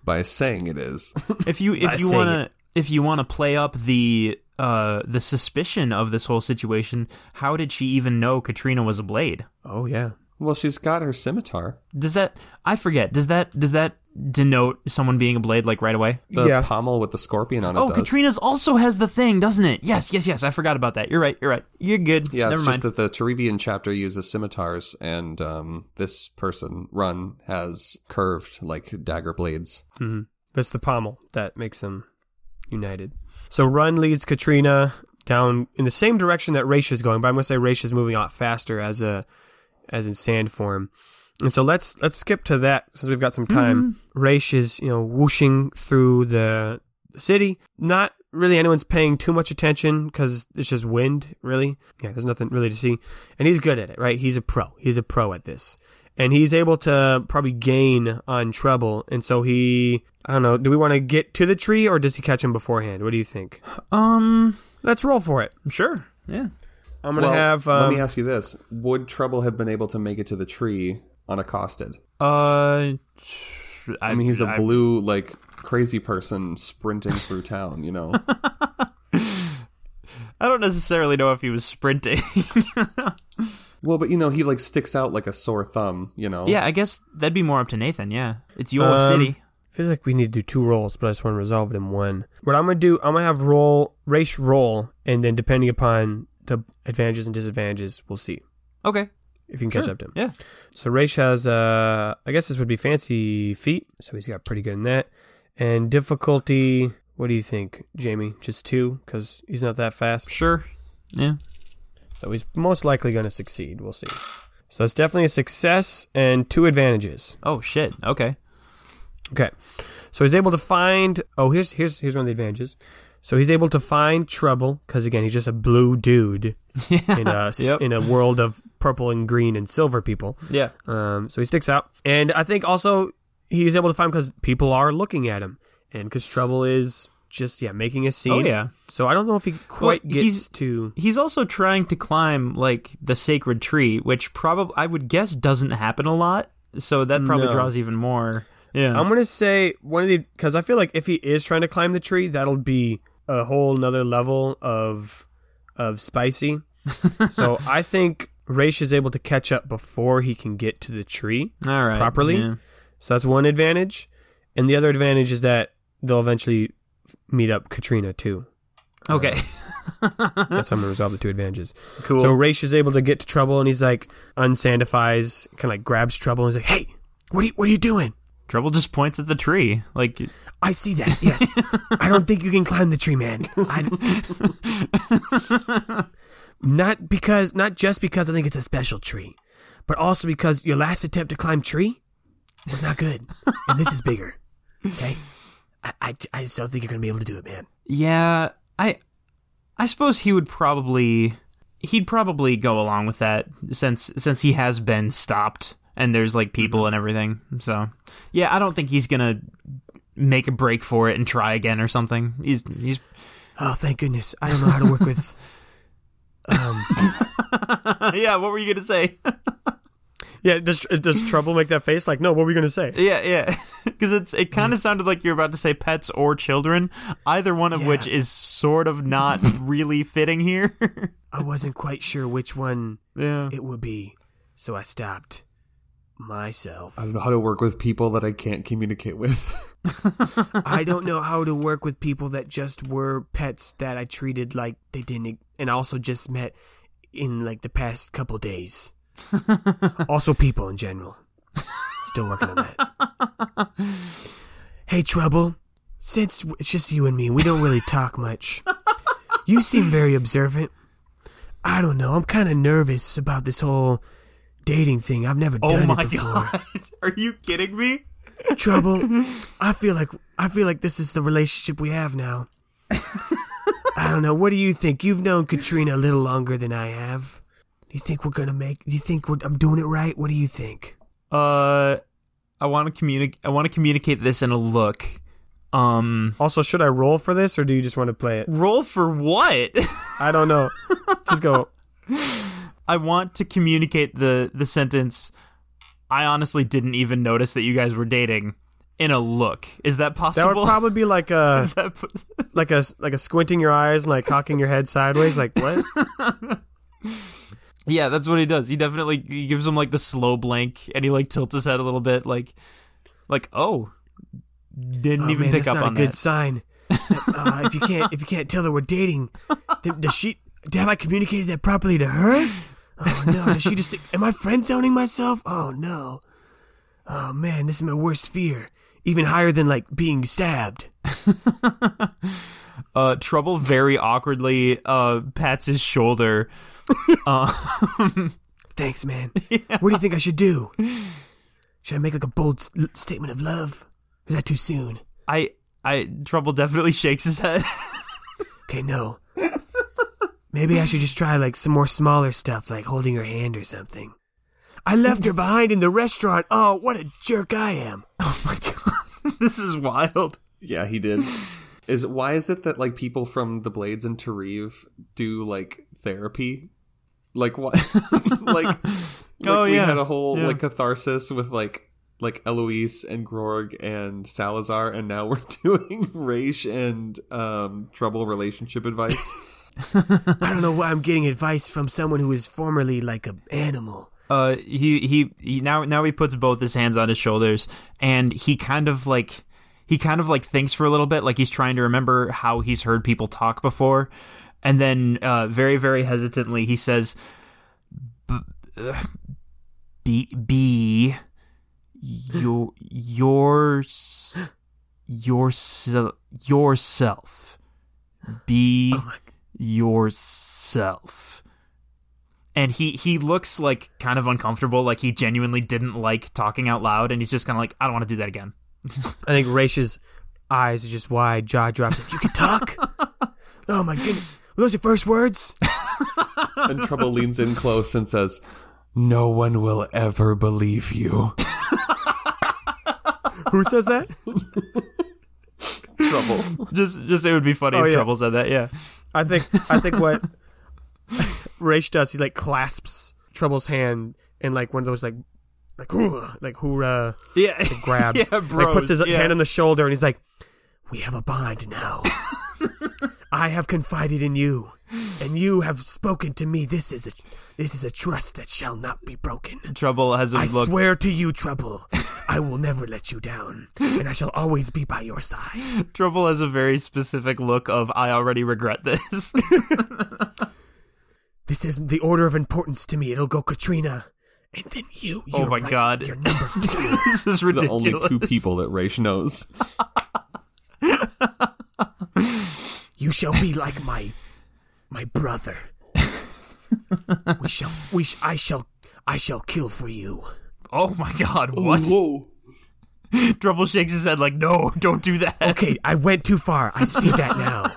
[SPEAKER 4] By saying it is,
[SPEAKER 3] if you
[SPEAKER 1] I
[SPEAKER 3] if you
[SPEAKER 1] say
[SPEAKER 3] want to if you want to play up the uh the suspicion of this whole situation, how did she even know Katrina was a blade?
[SPEAKER 1] oh yeah.
[SPEAKER 4] well, she's got her scimitar,
[SPEAKER 3] Does that I forget. Does that does that denote someone being a blade like right away?
[SPEAKER 4] the
[SPEAKER 1] Yeah.
[SPEAKER 4] pommel with the scorpion on it.
[SPEAKER 3] Oh,
[SPEAKER 4] does.
[SPEAKER 3] Katrina's also has the thing, doesn't it? Yes, yes, yes. I forgot about that. You're right. You're right. You're good.
[SPEAKER 4] Yeah,
[SPEAKER 3] Never
[SPEAKER 4] it's
[SPEAKER 3] mind.
[SPEAKER 4] just that the Terebian chapter uses scimitars, and um, this person, Run, has curved like dagger blades.
[SPEAKER 1] But it's the pommel that makes them united. So Run leads Katrina down in the same direction that Raisha's going, but I must say Raisha's moving a lot faster as a as in sand form. And so let's let's skip to that since we've got some time.
[SPEAKER 3] Mm-hmm.
[SPEAKER 1] Raish is, you know, whooshing through the city. Not really anyone's paying too much attention because it's just wind, really. Yeah, there's nothing really to see. And he's good at it, right? He's a pro. He's a pro at this. And he's able to probably gain on trouble. And so he, I don't know, do we want to get to the tree or does he catch him beforehand? What do you think?
[SPEAKER 3] um,
[SPEAKER 1] Let's roll for it.
[SPEAKER 3] sure. Yeah.
[SPEAKER 1] I'm going to
[SPEAKER 4] Well,
[SPEAKER 1] have. Um,
[SPEAKER 4] let me ask you this: Would Trouble have been able to make it to the tree unaccosted?
[SPEAKER 3] Uh,
[SPEAKER 4] I mean, he's a blue, like crazy person sprinting through town. You know,
[SPEAKER 3] I don't necessarily know if he was sprinting.
[SPEAKER 4] well, but you know, he like sticks out like a sore thumb. You know,
[SPEAKER 3] yeah, I guess that'd be more up to Nathan. Yeah, it's your
[SPEAKER 1] Um,
[SPEAKER 3] city.
[SPEAKER 1] feels like we need to do two rolls, but I just want to resolve it in one. What I'm gonna do, I'm gonna have roll race roll, and then depending upon the advantages and disadvantages, we'll see
[SPEAKER 3] Okay.
[SPEAKER 1] if you can catch up to him.
[SPEAKER 3] Yeah.
[SPEAKER 1] So Raish has, uh, I guess this would be fancy feet, so he's got pretty good in that. And difficulty, what do you think, Jamie? Just two, because he's not that fast.
[SPEAKER 3] Sure. Yeah.
[SPEAKER 1] So he's most likely gonna succeed. We'll see. So it's definitely a success and two advantages.
[SPEAKER 3] Oh shit. Okay.
[SPEAKER 1] Okay. So he's able to find. Oh, here's here's here's one of the advantages. So he's able to find trouble because again, he's just a blue dude in a s-
[SPEAKER 3] Yep.
[SPEAKER 1] in a world of purple and green and silver people.
[SPEAKER 3] Yeah.
[SPEAKER 1] Um, so he sticks out, and I think also he's able to find because people are looking at him, and because trouble is just yeah making a scene.
[SPEAKER 3] Oh yeah.
[SPEAKER 1] So I don't know if he quite
[SPEAKER 3] Well,
[SPEAKER 1] gets
[SPEAKER 3] he's-
[SPEAKER 1] to.
[SPEAKER 3] He's also trying to climb like the sacred tree, which probably I would guess doesn't happen a lot. So that probably
[SPEAKER 1] No.
[SPEAKER 3] draws even more. Yeah.
[SPEAKER 1] I'm gonna say one of the because I feel like if he is trying to climb the tree, that'll be a whole nother level of of spicy. so I think Raish is able to catch up before he can get to the tree.
[SPEAKER 3] All right.
[SPEAKER 1] properly.
[SPEAKER 3] Yeah.
[SPEAKER 1] So that's one advantage, and the other advantage is that they'll eventually meet up Katrina too.
[SPEAKER 3] Okay.
[SPEAKER 1] That's how I'm gonna resolve the two advantages.
[SPEAKER 3] cool.
[SPEAKER 1] So Raish is able to get to trouble, and he's like unsandifies, kind of like grabs trouble, and he's like, "Hey, what are you, what are you doing?"
[SPEAKER 3] Trouble just points at the tree. Like
[SPEAKER 1] I see that. Yes. I don't think you can climb the tree, man. I, not because, not just because I think it's a special tree, but also because your last attempt to climb tree was not good, and this is bigger. Okay. I, I, I just don't think you're gonna be able to do it, man.
[SPEAKER 3] Yeah, I I suppose he would probably he'd probably go along with that since since he has been stopped and there's like people and everything. So yeah, I don't think he's gonna make a break for it and try again or something. He's he's
[SPEAKER 1] Oh, thank goodness. I don't know how to work with.
[SPEAKER 3] yeah. What were you gonna say?
[SPEAKER 1] Yeah, does does trouble make that face? Like, no. What were we gonna say?
[SPEAKER 3] yeah, yeah. Because it's it kind of sounded like you're about to say pets or children, either one of which is sort of not really fitting here.
[SPEAKER 1] I wasn't quite sure which one
[SPEAKER 3] yeah.
[SPEAKER 1] it would be, so I stopped myself.
[SPEAKER 4] I don't know how to work with people that I can't communicate with.
[SPEAKER 1] I don't know how to work with people that just were pets that I treated like they didn't, e, and also just met in like the past couple days. also, people in general. Still working on that. Hey, Trouble. Since w- it's just you and me, we don't really talk much. You seem very observant. I don't know. I'm kind of nervous about this whole dating thing. I've never
[SPEAKER 3] Oh
[SPEAKER 1] done
[SPEAKER 3] my
[SPEAKER 1] it before.
[SPEAKER 3] god. Are you kidding me?
[SPEAKER 1] trouble. I feel like I feel like this is the relationship we have now. I don't know. What do you think? You've known Katrina a little longer than I have. Do you think we're gonna make? Do you think we're, I'm doing it right? What do you think?
[SPEAKER 3] Uh, I want to communicate. I want to communicate this in a look. Um,
[SPEAKER 1] Also, should I roll for this, or do you just want to play it?
[SPEAKER 3] roll for what?
[SPEAKER 1] I don't know. just go.
[SPEAKER 3] I want to communicate the the sentence. I honestly didn't even notice that you guys were dating. In a look, is
[SPEAKER 1] That
[SPEAKER 3] that possible?
[SPEAKER 1] would probably be like a
[SPEAKER 3] Is that po-
[SPEAKER 1] like a like a squinting your eyes and like cocking your head sideways. Like what?
[SPEAKER 3] yeah, that's what he does. He definitely he gives him like the slow blink, and he like tilts his head a little bit, like, like oh, didn't
[SPEAKER 1] Oh,
[SPEAKER 3] even
[SPEAKER 1] man,
[SPEAKER 3] pick
[SPEAKER 1] that's
[SPEAKER 3] up
[SPEAKER 1] not
[SPEAKER 3] on
[SPEAKER 1] a good
[SPEAKER 3] that.
[SPEAKER 1] sign. Uh, if you can't if you can't tell her we're dating, th- does she? Have I communicated that properly to her? Oh no, does she just? Think, am I friend zoning myself? Oh no. Oh man, this is my worst fear, even higher than like being stabbed.
[SPEAKER 3] Uh, Trouble very awkwardly uh pats his shoulder.
[SPEAKER 1] Thanks, man. What do you think I should do? Should I make like a bold s- l- statement of love? Is that too soon?
[SPEAKER 3] I I trouble definitely shakes his head.
[SPEAKER 1] Okay, no. Maybe I should just try like some more smaller stuff, like holding her hand or something. I left her behind in the restaurant. Oh, what a jerk I am!
[SPEAKER 3] oh my god, this is wild.
[SPEAKER 4] yeah, he did. Is why is it that like people from the Blades and Tarif do like therapy? Like what? like, like
[SPEAKER 3] Oh,
[SPEAKER 4] we
[SPEAKER 3] yeah.
[SPEAKER 4] had a whole
[SPEAKER 3] Yeah.
[SPEAKER 4] like catharsis with like like Eloise and Grorg and Salazar, and now we're doing Raish and um, trouble relationship advice.
[SPEAKER 1] I don't know why I'm getting advice from someone who was formerly like an animal.
[SPEAKER 3] Uh, he, he he now now he puts both his hands on his shoulders and he kind of like he kind of like thinks for a little bit, like he's trying to remember how he's heard people talk before, and then uh, very very hesitantly he says, "B uh, be be your yours yourself yourself be yourself." and he he looks like kind of uncomfortable like he genuinely didn't like talking out loud and he's just kind of like i don't want to do that again
[SPEAKER 1] I think Raish's eyes are just wide, jaw drops. Like, you can talk. oh my goodness! Were those your first words?
[SPEAKER 4] and trouble leans in close and says, "No one will ever believe you."
[SPEAKER 1] who says that?
[SPEAKER 4] Trouble.
[SPEAKER 3] just just it would be funny
[SPEAKER 1] Oh,
[SPEAKER 3] if
[SPEAKER 1] yeah.
[SPEAKER 3] trouble said that yeah
[SPEAKER 1] I think I think what Raish does, he like clasps Trouble's hand in like one of those like like "Hoorah," like hoorah
[SPEAKER 3] yeah
[SPEAKER 1] grabs,
[SPEAKER 3] yeah bros.
[SPEAKER 1] like puts his
[SPEAKER 3] yeah.
[SPEAKER 1] hand on the shoulder, and he's like, "We have a bond now. I have confided in you, and you have spoken to me. This is a this is a trust that shall not be broken.
[SPEAKER 3] trouble has a
[SPEAKER 1] I
[SPEAKER 3] look
[SPEAKER 1] swear to you, Trouble, I will never let you down, and I shall always be by your side."
[SPEAKER 3] trouble has a very specific look of i already regret this
[SPEAKER 1] This is the order of importance to me. It'll go Katrina, and then you.
[SPEAKER 3] Oh
[SPEAKER 1] You're
[SPEAKER 3] my
[SPEAKER 1] right.
[SPEAKER 3] God.
[SPEAKER 1] You're number two.
[SPEAKER 3] this is
[SPEAKER 4] The
[SPEAKER 3] ridiculous
[SPEAKER 4] only two people that Raish knows.
[SPEAKER 1] You shall be like my my brother. we shall we sh- I shall I shall kill for you.
[SPEAKER 3] oh my god what
[SPEAKER 4] Whoa.
[SPEAKER 3] trouble shakes his head like no don't do that
[SPEAKER 1] Okay, I went too far. I see that now.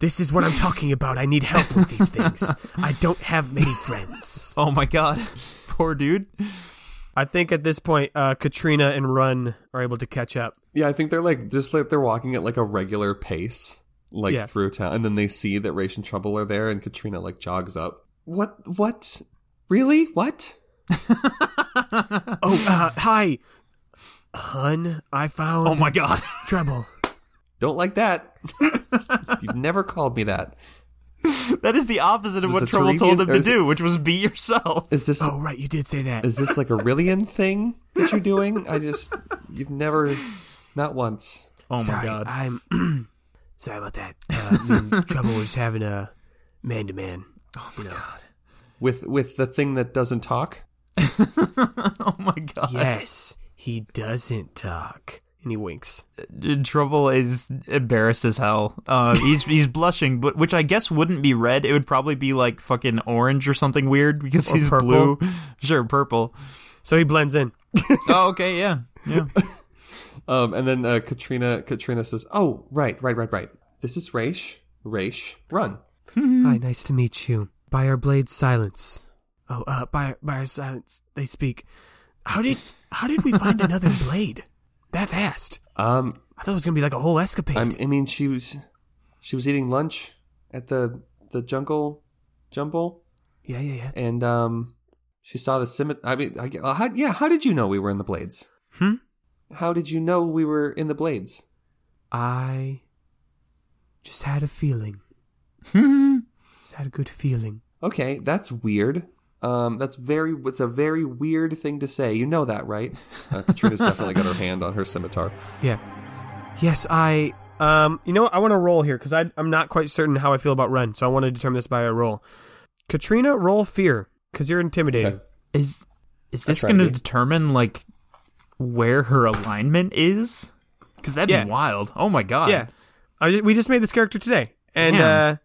[SPEAKER 1] This is what I'm talking about. I need help with these things. I don't have many friends.
[SPEAKER 3] oh my god poor dude
[SPEAKER 1] I think at this point, uh, Katrina and Run are able to catch up.
[SPEAKER 4] Yeah, I think they're like just like they're walking at like a regular pace, like
[SPEAKER 1] Yeah.
[SPEAKER 4] through town, and then they see that Raish and Trouble are there, and Katrina like jogs up. What? What? Really? What?
[SPEAKER 1] Oh, uh, hi, hun. I found
[SPEAKER 3] Oh my god.
[SPEAKER 1] trouble.
[SPEAKER 4] Don't like that. You've never called me that.
[SPEAKER 3] that is the opposite of
[SPEAKER 4] Is
[SPEAKER 3] what
[SPEAKER 4] this a
[SPEAKER 3] Trouble told him
[SPEAKER 4] Taribian- or
[SPEAKER 3] to
[SPEAKER 4] is it-
[SPEAKER 3] do, which was be yourself.
[SPEAKER 4] Is this
[SPEAKER 1] Oh, right, you did say that.
[SPEAKER 4] is this like a Rillian thing that you're doing? I just you've never, not once.
[SPEAKER 3] Oh
[SPEAKER 1] sorry, I'm sorry about that. Uh, me and trouble was having a man to man. Oh my god.
[SPEAKER 4] With with the thing that doesn't talk.
[SPEAKER 3] Oh my god.
[SPEAKER 1] Yes, he doesn't talk. And he winks.
[SPEAKER 3] Uh, Trouble is embarrassed as hell. Uh, he's he's blushing, but which I guess wouldn't be red. It would probably be like fucking orange or something weird because he's
[SPEAKER 1] purple.
[SPEAKER 3] blue. Sure, purple.
[SPEAKER 1] So he blends in.
[SPEAKER 3] Oh, okay, yeah, yeah.
[SPEAKER 4] Um, and then uh, Katrina Katrina says, "Oh, right, right, right, right. This is Raish. Raish, run."
[SPEAKER 1] Hi, nice to meet you. By our blades, silence. Oh, uh, by by our silence, they speak. How did how did we find another blade that fast?
[SPEAKER 4] Um,
[SPEAKER 1] I thought it was gonna be like a whole escapade.
[SPEAKER 4] I'm, I mean, she was she was eating lunch at the the jungle jumble,
[SPEAKER 1] yeah, yeah, yeah.
[SPEAKER 4] and um, she saw the cemetery. I mean, I, gue- uh, how, yeah. How did you know we were in the Blades?
[SPEAKER 1] Hmm?
[SPEAKER 4] How did you know we were in the Blades?
[SPEAKER 1] I just had a feeling. just had a good feeling.
[SPEAKER 4] Okay, that's weird. Um, that's very. It's a very weird thing to say. You know that, right? Uh, Katrina's definitely got her hand on her scimitar.
[SPEAKER 1] Yeah. Yes, I. Um, you know what? I want to roll here because I'm not quite certain how I feel about Run, so I want to determine this by a roll. Katrina, roll fear because you're intimidated.
[SPEAKER 4] Okay.
[SPEAKER 3] Is is this
[SPEAKER 4] tried
[SPEAKER 3] going to
[SPEAKER 4] to.
[SPEAKER 3] determine like where her alignment is? Because that'd
[SPEAKER 1] Yeah.
[SPEAKER 3] be wild. Oh my god.
[SPEAKER 1] Yeah. I ju- we just made this character today. And,
[SPEAKER 3] Damn.
[SPEAKER 1] uh,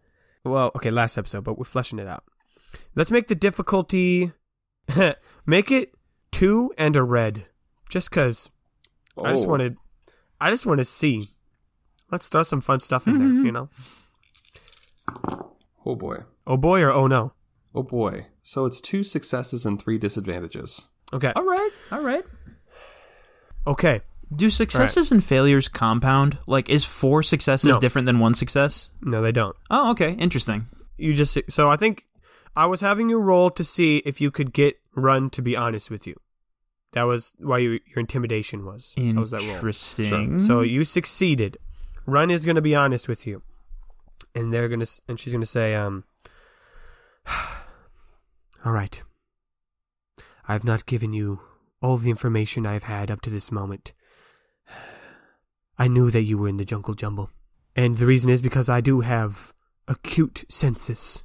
[SPEAKER 1] well, okay, last episode, but we're fleshing it out. Let's make the difficulty. make it two and a red. Just because I just
[SPEAKER 4] Oh.
[SPEAKER 1] want to. I just want to see. Let's throw some fun stuff in there, you know?
[SPEAKER 4] Oh boy.
[SPEAKER 1] Oh boy or oh no.
[SPEAKER 4] Oh boy. So it's two successes and three disadvantages.
[SPEAKER 1] Okay.
[SPEAKER 3] All right. All right.
[SPEAKER 1] Okay.
[SPEAKER 3] Do successes and failures compound? Like, is four successes
[SPEAKER 1] No.
[SPEAKER 3] different than one success?
[SPEAKER 1] No, they don't.
[SPEAKER 3] Oh, okay. Interesting.
[SPEAKER 1] You just. So I think I was having you roll to see if you could get Run to be honest with you. That was why you, your intimidation was. That was that roll.
[SPEAKER 3] Interesting.
[SPEAKER 1] So you succeeded. Run is going to be honest with you, and they're going to, and she's going to say, um, "All right, I have not given you all the information I have had up to this moment. I knew that you were in the jungle jumble, and the reason is because I do have acute senses.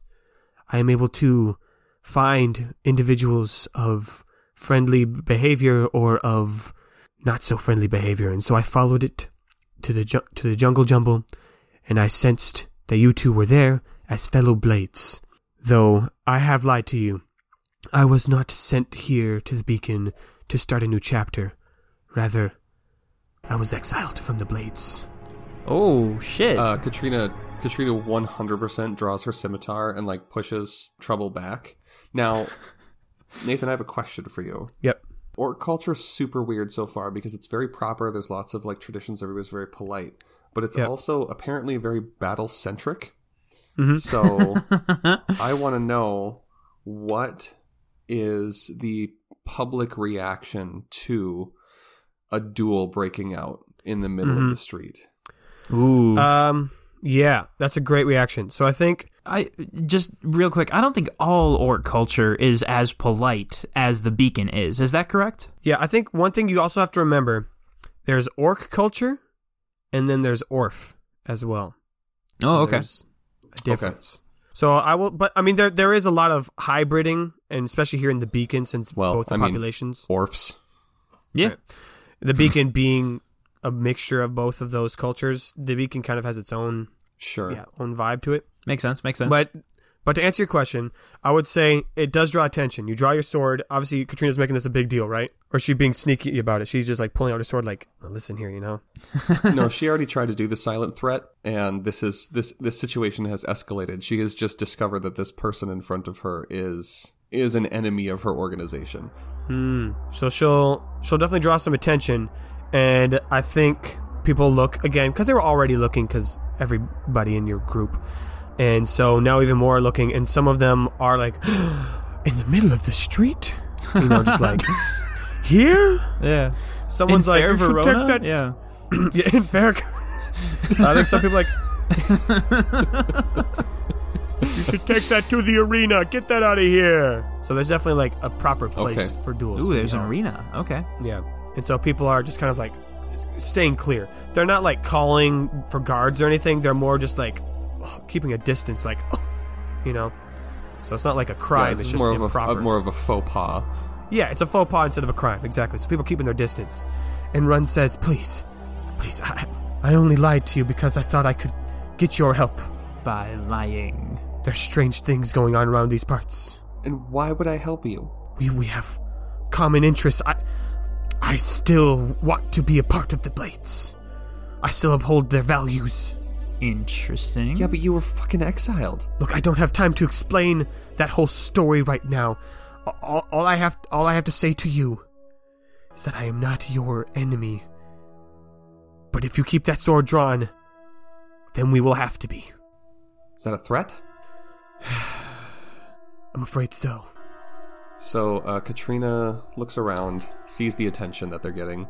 [SPEAKER 1] I am able to find individuals of friendly behavior or of not so friendly behavior, and so I followed it to the ju- to the jungle jumble, and I sensed that you two were there as fellow blades. Though I have lied to you, I was not sent here to the beacon to start a new chapter. Rather, I was exiled from the blades.
[SPEAKER 3] oh shit.
[SPEAKER 4] Uh, Katrina Katrina 100% draws her scimitar and like pushes Trouble back. Now, Nathan, I have a question for you.
[SPEAKER 1] Yep.
[SPEAKER 4] Orc culture is super weird so far because it's very proper. There's lots of like traditions. Everybody's very polite, but it's
[SPEAKER 1] Yep.
[SPEAKER 4] also apparently very battle centric.
[SPEAKER 1] Mm-hmm.
[SPEAKER 4] So I want to know what is the public reaction to a duel breaking out in the middle
[SPEAKER 1] Mm-hmm.
[SPEAKER 4] of the street?
[SPEAKER 3] Ooh.
[SPEAKER 1] Um. Yeah, that's a great reaction. So I think
[SPEAKER 3] I just real quick. I don't think all orc culture is as polite as the beacon is. Is that correct?
[SPEAKER 1] Yeah, I think one thing you also have to remember there's orc culture and then there's orf as well.
[SPEAKER 3] Oh, okay.
[SPEAKER 1] There's a difference. So I will but I mean there there is a lot of hybriding and especially here in the beacon since
[SPEAKER 4] Well,
[SPEAKER 1] both the
[SPEAKER 4] I mean-
[SPEAKER 1] populations
[SPEAKER 4] Orfs.
[SPEAKER 3] Yeah.
[SPEAKER 1] the beacon being a mixture of both of those cultures, the beacon kind of has its own
[SPEAKER 4] Sure.
[SPEAKER 1] yeah, own vibe to it.
[SPEAKER 3] Makes sense. Makes sense.
[SPEAKER 1] But but to answer your question, I would say it does draw attention. You draw your sword. Obviously, Katrina's making this a big deal, right? Or is she being sneaky about it? She's just like pulling out her sword, like, "Listen here, you know."
[SPEAKER 4] no, she already tried to do the silent threat, and this is this this situation has escalated. She has just discovered that this person in front of her is is an enemy of her organization.
[SPEAKER 1] So she'll she'll definitely draw some attention, and I think people look again because they were already looking because everybody in your group, and so now even more are looking, and some of them are like, in the middle of the street, you know, just like here.
[SPEAKER 3] Yeah.
[SPEAKER 1] Someone's
[SPEAKER 3] In
[SPEAKER 1] like,
[SPEAKER 3] Fair
[SPEAKER 1] you should
[SPEAKER 3] Verona?
[SPEAKER 1] take that.
[SPEAKER 3] Yeah.
[SPEAKER 1] Yeah, in fair. I think some people are like. you should take that to the arena. Get that out of here. So there's definitely like a proper place
[SPEAKER 4] Okay.
[SPEAKER 1] for duels.
[SPEAKER 3] Ooh,
[SPEAKER 1] to be
[SPEAKER 3] there's an
[SPEAKER 1] held.
[SPEAKER 3] arena. Okay.
[SPEAKER 1] Yeah. And so people are just kind of like staying clear. They're not like calling for guards or anything. They're more just like oh, keeping a distance, like, oh, you know? So it's not like a crime.
[SPEAKER 4] Yeah, this
[SPEAKER 1] it's
[SPEAKER 4] is
[SPEAKER 1] just
[SPEAKER 4] more of, a,
[SPEAKER 1] improper.
[SPEAKER 4] a- more of a faux pas.
[SPEAKER 1] yeah, it's a faux pas instead of a crime. Exactly. So people are keeping their distance. And Run says, please, please, I, I only lied to you because I thought I could get your help.
[SPEAKER 3] By lying.
[SPEAKER 1] There's strange things going on around these parts.
[SPEAKER 4] And why would I help you?
[SPEAKER 1] We, we have common interests. I, I still want to be a part of the Blades. I still uphold their values.
[SPEAKER 3] Interesting.
[SPEAKER 1] Hmm?
[SPEAKER 4] Yeah, but you were fucking exiled.
[SPEAKER 1] Look, I don't have time to explain that whole story right now. A- All, all I have, all I have to say to you, is that I am not your enemy. But if you keep that sword drawn, then we will have to be.
[SPEAKER 4] Is that a threat?
[SPEAKER 1] I'm afraid so.
[SPEAKER 4] So uh, Katrina looks around, sees the attention that they're getting.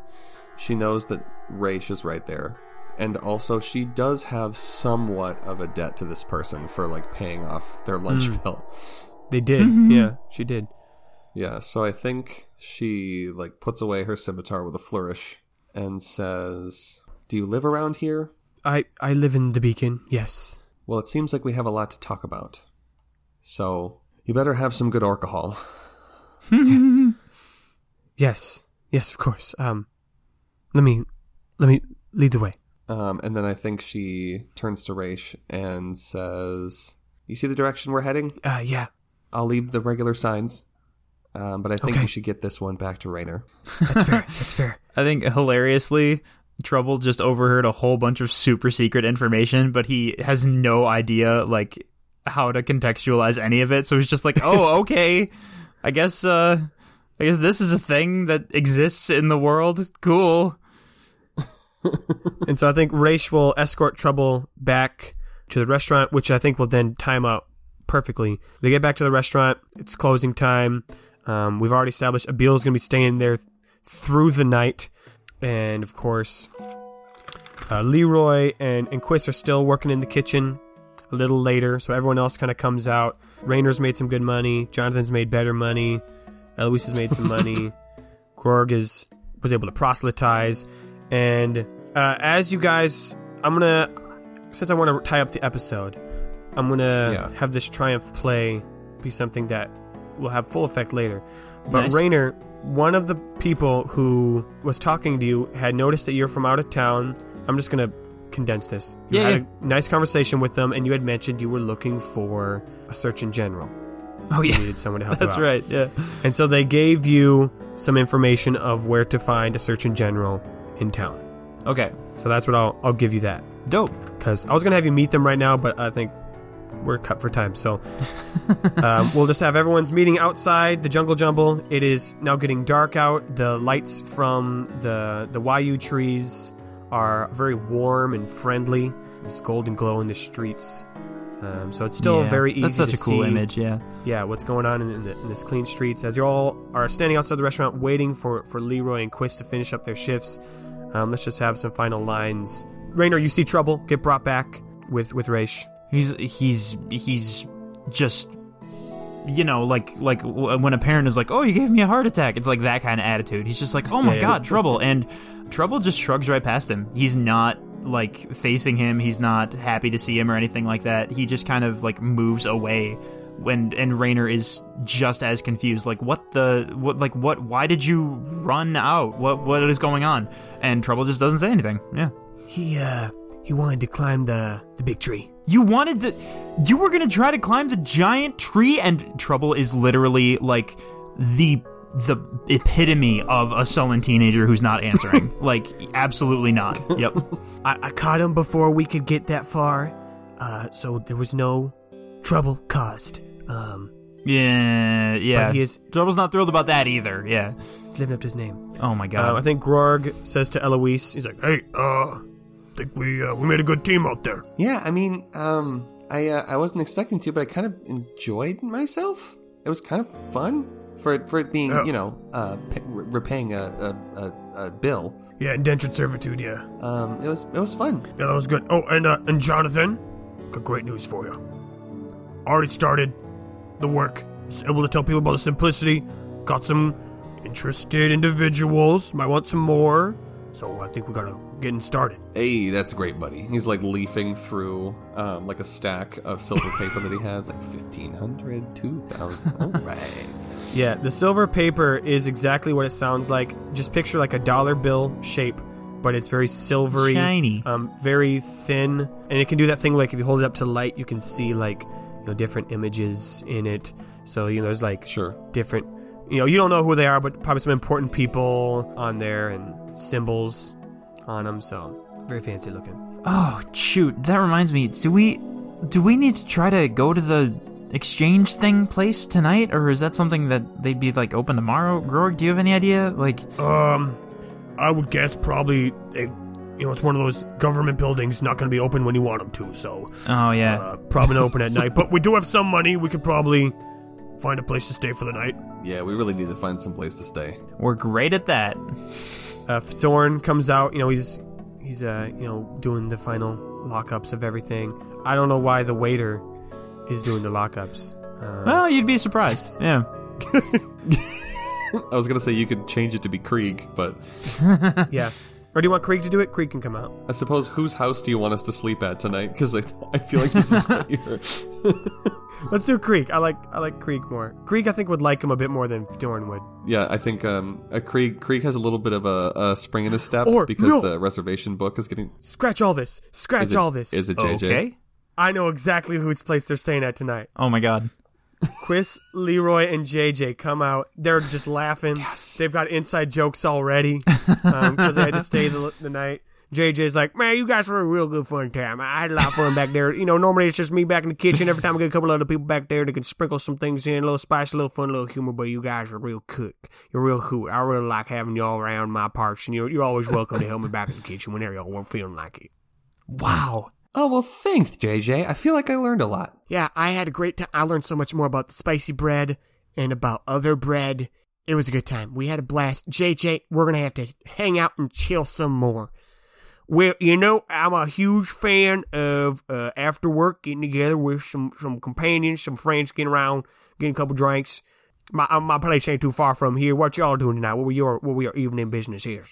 [SPEAKER 4] She knows that Raish is right there. And also, she does have somewhat of a debt to this person for like paying off their lunch
[SPEAKER 1] Hmm.
[SPEAKER 4] bill.
[SPEAKER 1] They did,
[SPEAKER 3] Mm-hmm.
[SPEAKER 1] yeah, she did.
[SPEAKER 4] Yeah, so I think she like puts away her scimitar with a flourish and says, "Do you live around here?"
[SPEAKER 1] I, I live in the beacon. Yes.
[SPEAKER 4] Well, it seems like we have a lot to talk about. So, you better have some good alcohol.
[SPEAKER 1] Yes, yes, of course. Um, let me, let me lead the way.
[SPEAKER 4] Um, and then I think she turns to Raish and says, "You see the direction we're heading?
[SPEAKER 1] Uh, yeah,
[SPEAKER 4] I'll leave the regular signs, um, but I think
[SPEAKER 1] Okay.
[SPEAKER 4] we should get this one back to Rainer."
[SPEAKER 1] that's fair. that's fair.
[SPEAKER 3] I think hilariously, Trouble just overheard a whole bunch of super secret information, but he has no idea like how to contextualize any of it. So he's just like, "Oh, okay. I guess uh I guess this is a thing that exists in the world. Cool."
[SPEAKER 1] And so I think Raish will escort Trouble back to the restaurant, which I think will then time out perfectly. They get back to the restaurant. It's closing time. Um, we've already established Abil's going to be staying there th- through the night. And of course, uh, Leroy and, and Quiz are still working in the kitchen a little later. So everyone else kind of comes out. Rainer's made some good money. Jonathan's made better money. Eloise has made some money. Gorg is was able to proselytize, and uh, as you guys, I'm gonna since I want to tie up the episode, I'm gonna
[SPEAKER 4] Yeah.
[SPEAKER 1] have this triumph play be something that will have full effect later. But
[SPEAKER 3] Nice.
[SPEAKER 1] Rainer, one of the people who was talking to you had noticed that you're from out of town. I'm just gonna condense this. You
[SPEAKER 3] Yeah,
[SPEAKER 1] had a nice conversation with them, and you had mentioned you were looking for a surgeon general.
[SPEAKER 3] Oh
[SPEAKER 1] You
[SPEAKER 3] yeah.
[SPEAKER 1] needed someone to help. you
[SPEAKER 3] That's
[SPEAKER 1] out.
[SPEAKER 3] right. Yeah.
[SPEAKER 1] And so they gave you some information of where to find a surgeon general in town.
[SPEAKER 3] Okay.
[SPEAKER 1] So that's what I'll, I'll give you that.
[SPEAKER 3] Dope.
[SPEAKER 1] Because I was going to have you meet them right now, but I think we're cut for time. So um, we'll just have everyone's meeting outside the Jungle Jumble. It is now getting dark out. The lights from the, the Wayu trees are very warm and friendly. This golden glow in the streets. Um, so it's still
[SPEAKER 3] Yeah.
[SPEAKER 1] very easy
[SPEAKER 3] That's such
[SPEAKER 1] to
[SPEAKER 3] a cool
[SPEAKER 1] see
[SPEAKER 3] image, yeah.
[SPEAKER 1] yeah, what's going on in, in, the, in this clean streets. As you all are standing outside the restaurant waiting for, for Leroy and Quist to finish up their shifts, um, let's just have some final lines. Rainer, you see trouble, get brought back with, with Raish.
[SPEAKER 3] He's he's he's just you know like like w- when a parent is like, "Oh, you gave me a heart attack." It's like that kind of attitude. He's just like, "Oh my
[SPEAKER 1] Yeah.
[SPEAKER 3] god, trouble." And trouble just shrugs right past him. He's not like facing him. He's not happy to see him or anything like that. He just kind of like moves away. When and Rainer is just as confused, like what the what like what why did you run out? What what is going on? And Trouble just doesn't say anything. Yeah.
[SPEAKER 1] He, uh, he wanted to climb the, the big tree.
[SPEAKER 3] You wanted to. You were gonna try to climb the giant tree, and Trouble is literally like the the epitome of a sullen teenager who's not answering. like, absolutely not. Yep.
[SPEAKER 1] I, I caught him before we could get that far, uh, so there was no trouble caused. Um,
[SPEAKER 3] Yeah, yeah.
[SPEAKER 2] But he is-
[SPEAKER 3] Double's not thrilled about that either. Yeah.
[SPEAKER 2] He's living up to his name.
[SPEAKER 3] Oh my
[SPEAKER 2] Um,
[SPEAKER 3] god.
[SPEAKER 2] I think Grog says to Eloise, he's like, "Hey, uh, think we uh, we made a good team out there."
[SPEAKER 4] Yeah, I mean, um, I uh, I wasn't expecting to, but I kind of enjoyed myself. It was kind of fun for it- for it being,
[SPEAKER 2] Yeah.
[SPEAKER 4] you know, uh, p- re- repaying a, a, a, a bill.
[SPEAKER 2] Yeah, indentured servitude. Yeah,
[SPEAKER 4] Um, it was it was fun.
[SPEAKER 2] yeah, that was good. Oh, and uh, and Jonathan, got great news for you. Already started the work. Was able to tell people about the simplicity. Got some interested individuals. Might want some more. So I think we gotta getting started.
[SPEAKER 4] Hey, that's great, buddy. He's like leafing through um, like a stack of silver paper that he has, like 1500, 2000. All right.
[SPEAKER 2] Yeah, the silver paper is exactly what it sounds like. Just picture like a dollar bill shape, but it's very silvery,
[SPEAKER 3] Shiny.
[SPEAKER 2] um, very thin, and it can do that thing like if you hold it up to the light, you can see like you know different images in it. So you know, there's like
[SPEAKER 4] Sure.
[SPEAKER 2] different, you know, you don't know who they are, but probably some important people on there and symbols on them. So very fancy looking.
[SPEAKER 3] oh shoot, that reminds me. Do we do we need to try to go to the exchange thing place tonight, or is that something that they'd be like open tomorrow? Grog, do you have any idea? Like,
[SPEAKER 2] Um, I would guess probably they, you know, it's one of those government buildings not going to be open when you want them to. So
[SPEAKER 3] oh yeah.
[SPEAKER 2] Uh, probably not open at night, but we do have some money. We could probably find a place to stay for the night.
[SPEAKER 4] Yeah, we really need to find some place to stay.
[SPEAKER 3] We're great at that.
[SPEAKER 2] Uh, Thorn comes out. You know, he's he's uh you know doing the final lockups of everything. I don't know why the waiter is doing the lockups. Uh,
[SPEAKER 3] Well, you'd be surprised. Yeah.
[SPEAKER 4] I was gonna say you could change it to be Krieg, but
[SPEAKER 2] yeah. Or do you want Krieg to do it? Krieg can come out.
[SPEAKER 4] I suppose whose house do you want us to sleep at tonight? Because I, I feel like this is what you're.
[SPEAKER 2] Let's do Krieg. I like I like Krieg more. Krieg I think would like him a bit more than Thorn would.
[SPEAKER 4] Yeah, I think um, a Krieg Krieg has a little bit of a, a spring in his step
[SPEAKER 2] Or-
[SPEAKER 4] because
[SPEAKER 2] no.
[SPEAKER 4] the reservation book is getting.
[SPEAKER 2] Scratch all this. Scratch
[SPEAKER 4] Is it,
[SPEAKER 2] all this.
[SPEAKER 4] Is it JJ?
[SPEAKER 3] Okay.
[SPEAKER 2] I know exactly whose place they're staying at tonight.
[SPEAKER 3] Oh my god.
[SPEAKER 2] Chris, Leroy, and JJ come out. They're just laughing. They've got inside jokes already because they had to stay the, the night. JJ's like, man, you guys were a real good fun time. I had a lot of fun back there. You know, normally it's just me back in the kitchen. Every time I get a couple other people back there, they can sprinkle some things in, a little spice, a little fun, a little humor. But you guys are real cook. You're real hoot. I really like having y'all around my parts, and you're, you're always welcome to help me back in the kitchen whenever y'all weren't feeling like it.
[SPEAKER 4] Wow. Oh well, thanks, JJ. I feel like I learned a lot.
[SPEAKER 2] Yeah, I had a great time. I learned so much more about the spicy bread and about other bread. It was a good time. We had a blast. JJ, we're gonna have to hang out and chill some more. Well, you know, I'm a huge fan of uh, after work getting together with some some companions, some friends, getting around, getting a couple drinks. My uh, my place ain't too far from here. What y'all doing tonight? What were your what were your evening business here?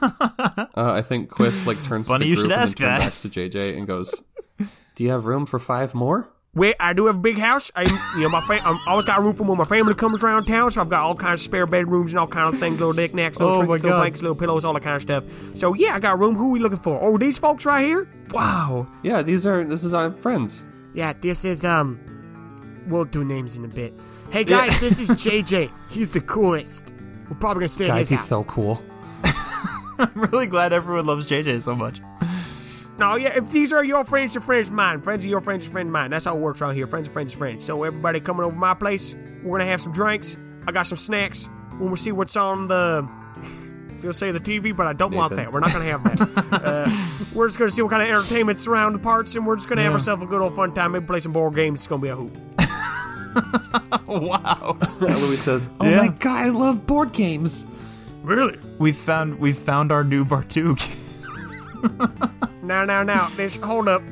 [SPEAKER 4] Uh, I think Quist like turns
[SPEAKER 3] Funny
[SPEAKER 4] to the
[SPEAKER 3] you
[SPEAKER 4] group
[SPEAKER 3] should
[SPEAKER 4] and
[SPEAKER 3] ask
[SPEAKER 4] then
[SPEAKER 3] that.
[SPEAKER 4] turns back to JJ and goes, "Do you have room for five more?"
[SPEAKER 2] Well, I do have a big house. I, you know, my fam- I'm always got room for when my family comes around town, so I've got all kinds of spare bedrooms and all kind of things, little knickknacks, little
[SPEAKER 3] Oh,
[SPEAKER 2] trinkets,
[SPEAKER 3] my
[SPEAKER 2] little
[SPEAKER 3] God.
[SPEAKER 2] blankets, little pillows, all that kind of stuff. So yeah, I got room. Who we looking for? Oh, these folks right here.
[SPEAKER 3] Wow.
[SPEAKER 4] Yeah, these are this is our friends.
[SPEAKER 2] Yeah, this is um, we'll do names in a bit. Hey guys, this is JJ. He's the coolest. We're probably gonna stay at his house.
[SPEAKER 4] cool.
[SPEAKER 3] I'm really glad everyone loves JJ so much.
[SPEAKER 2] No, yeah, if these are your friends, your friends mine. Friends of your friends, your friend mine. That's how it works around here. Friends of friends, friends. So everybody coming over my place, we're gonna have some drinks. I got some snacks. When we see what's on the, I was gonna say the TV, but I don't want
[SPEAKER 4] Nathan.
[SPEAKER 2] that. We're not gonna have that. uh, we're just gonna see what kind of entertainment's around the parts, and we're just gonna have ourselves a good old fun time. Maybe play some board games. It's gonna be a hoop.
[SPEAKER 3] Wow.
[SPEAKER 4] Louis says, "Oh
[SPEAKER 3] Yeah.
[SPEAKER 4] my god, I love board games."
[SPEAKER 2] Really?
[SPEAKER 3] We've found we've found our new Bartuk.
[SPEAKER 2] Now, now, now. This hold up.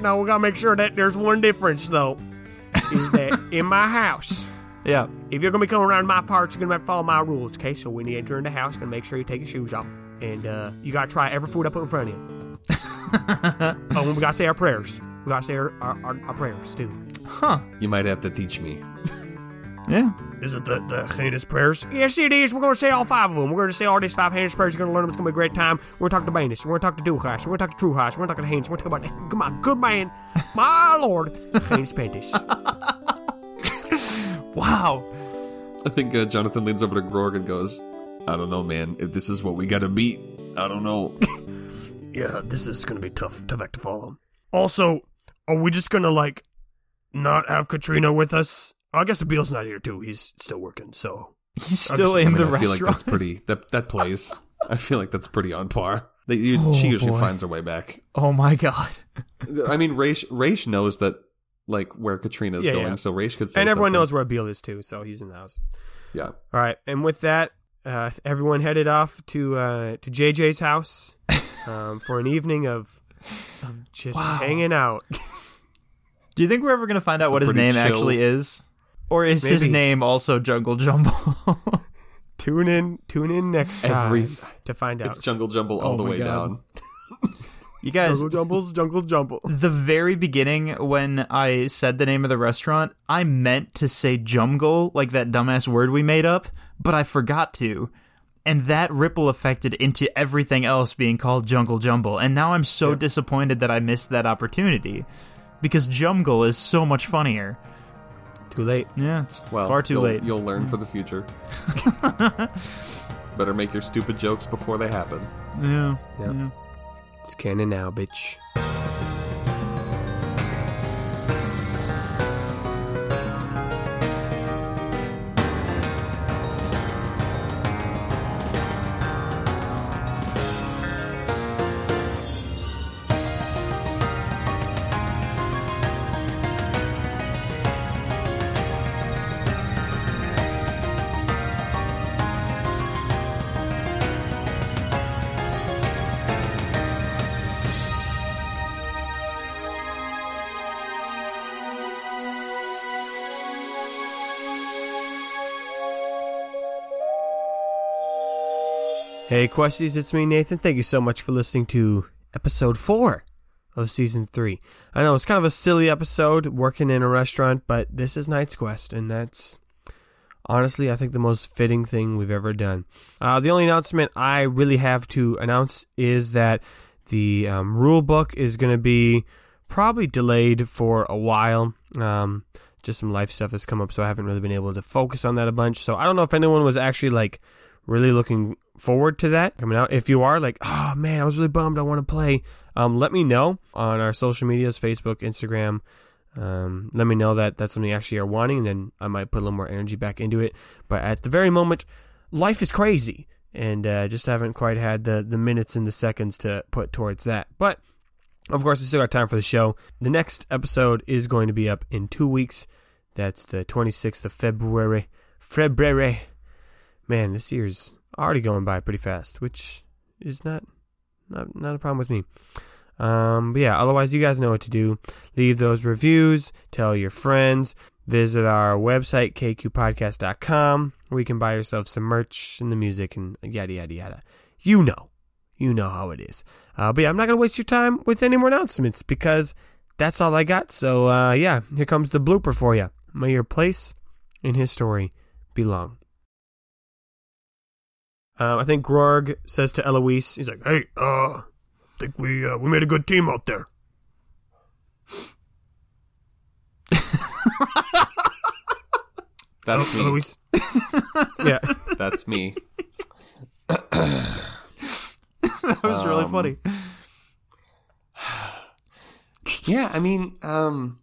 [SPEAKER 2] No, we gotta make sure that there's one difference though. Is that in my house?
[SPEAKER 3] yeah.
[SPEAKER 2] If you're gonna be coming around my parts, you're gonna have to follow my rules, okay? So when you enter in the house, gonna make sure you take your shoes off, and uh, you gotta try every food I put in front of you. oh, and we gotta say our prayers. We gotta say our, our, our, our prayers too.
[SPEAKER 4] You might have to teach me.
[SPEAKER 3] Yeah.
[SPEAKER 2] Is it the, the heinous prayers? Yes, it is. We're going to say all five of them. We're going to say all these five heinous prayers. You're going to learn them. It's going to be a great time. We're going to talk to Banis. We're going to talk to Duhas. We're going to talk to Truhas. We're going to talk to Haynes. We're going to talk about my good man, my lord, Haynes Pantis.
[SPEAKER 3] Wow.
[SPEAKER 4] I think uh, Jonathan leans over to Grog and goes, "I don't know, man. If this is what we gotta beat, I don't know."
[SPEAKER 2] Yeah, this is gonna be tough, tough act to follow. Also, are we just gonna like not have Katrina with us? I guess Abil's not here too. He's still working. So
[SPEAKER 3] He's still in the
[SPEAKER 4] I feel like
[SPEAKER 3] restaurant.
[SPEAKER 4] that's pretty. That that plays. I feel like that's pretty on par. That you, she usually
[SPEAKER 3] Oh, boy.
[SPEAKER 4] finds her way back.
[SPEAKER 3] oh my god.
[SPEAKER 4] I mean, Raish Raish knows that like where Katrina's
[SPEAKER 2] Yeah,
[SPEAKER 4] going,
[SPEAKER 2] yeah.
[SPEAKER 4] so Raish could say
[SPEAKER 2] and everyone
[SPEAKER 4] something.
[SPEAKER 2] knows where Abil is too. So he's in the house.
[SPEAKER 4] Yeah,
[SPEAKER 2] All right, and with that, uh, everyone headed off to uh, to JJ's house um, for an evening of, of just hanging out.
[SPEAKER 3] Do you think we're ever going to find out what his
[SPEAKER 4] pretty
[SPEAKER 3] name
[SPEAKER 4] chill-
[SPEAKER 3] actually is? Or is his
[SPEAKER 2] Maybe.
[SPEAKER 3] name also Jungle Jumble?
[SPEAKER 2] tune in, tune in next time
[SPEAKER 4] Every-
[SPEAKER 2] to find out.
[SPEAKER 4] it's jungle jumble all
[SPEAKER 3] Oh
[SPEAKER 4] the
[SPEAKER 3] my
[SPEAKER 4] way
[SPEAKER 3] God.
[SPEAKER 4] down.
[SPEAKER 3] you guys,
[SPEAKER 2] jungle jumbles, jungle jumble.
[SPEAKER 3] the very beginning when I said the name of the restaurant, I meant to say jungle, like that dumbass word we made up, but I forgot to. And that ripple affected into everything else being called jungle jumble. And now I'm so disappointed that I missed that opportunity because jungle is so much funnier.
[SPEAKER 2] Too late.
[SPEAKER 3] Yeah, it's
[SPEAKER 4] Well,
[SPEAKER 3] far too
[SPEAKER 4] you'll-
[SPEAKER 3] late.
[SPEAKER 4] You'll learn for the future. Better make your stupid jokes before they happen.
[SPEAKER 3] yeah.
[SPEAKER 2] It's canon now, bitch. Hey, Questies, it's me, Nathan. Thank you so much for listening to episode four of season three. I know it's kind of a silly episode working in a restaurant, but this is Night's Quest, and that's honestly, I think, the most fitting thing we've ever done. Uh, the only announcement I really have to announce is that the um, rule book is going to be probably delayed for a while. Um, just some life stuff has come up, so I haven't really been able to focus on that a bunch. So I don't know if anyone was actually like really looking forward to that coming out. If you are like, oh man, I was really bummed, I want to play. Um, let me know on our social medias, Facebook, Instagram. Um, let me know that that's something you actually are wanting, and then I might put a little more energy back into it. But at the very moment, life is crazy, and uh, just haven't quite had the the minutes and the seconds to put towards that. But of course, we still got time for the show. The next episode is going to be up in two weeks. That's the 26th of February. February. Man, this year's already going by pretty fast, which is not not not a problem with me. Um, but yeah, otherwise you guys know what to do. Leave those reviews, tell your friends, visit our website, kqpodcast.com, where you can buy yourself some merch and the music and yada yada yada. You know. You know how it is. Uh, but yeah, I'm not going to waste your time with any more announcements because that's all I got. So uh, yeah, here comes the blooper for you. May your place in his story be long. Um, I think Grog says to Eloise, he's like, "Hey, uh, think we uh, we made a good team out there."
[SPEAKER 3] Oh,
[SPEAKER 4] That's me.
[SPEAKER 2] Eloise. yeah,
[SPEAKER 4] That's me.
[SPEAKER 3] That was really
[SPEAKER 4] Um,
[SPEAKER 3] funny.
[SPEAKER 4] Yeah, I mean, um,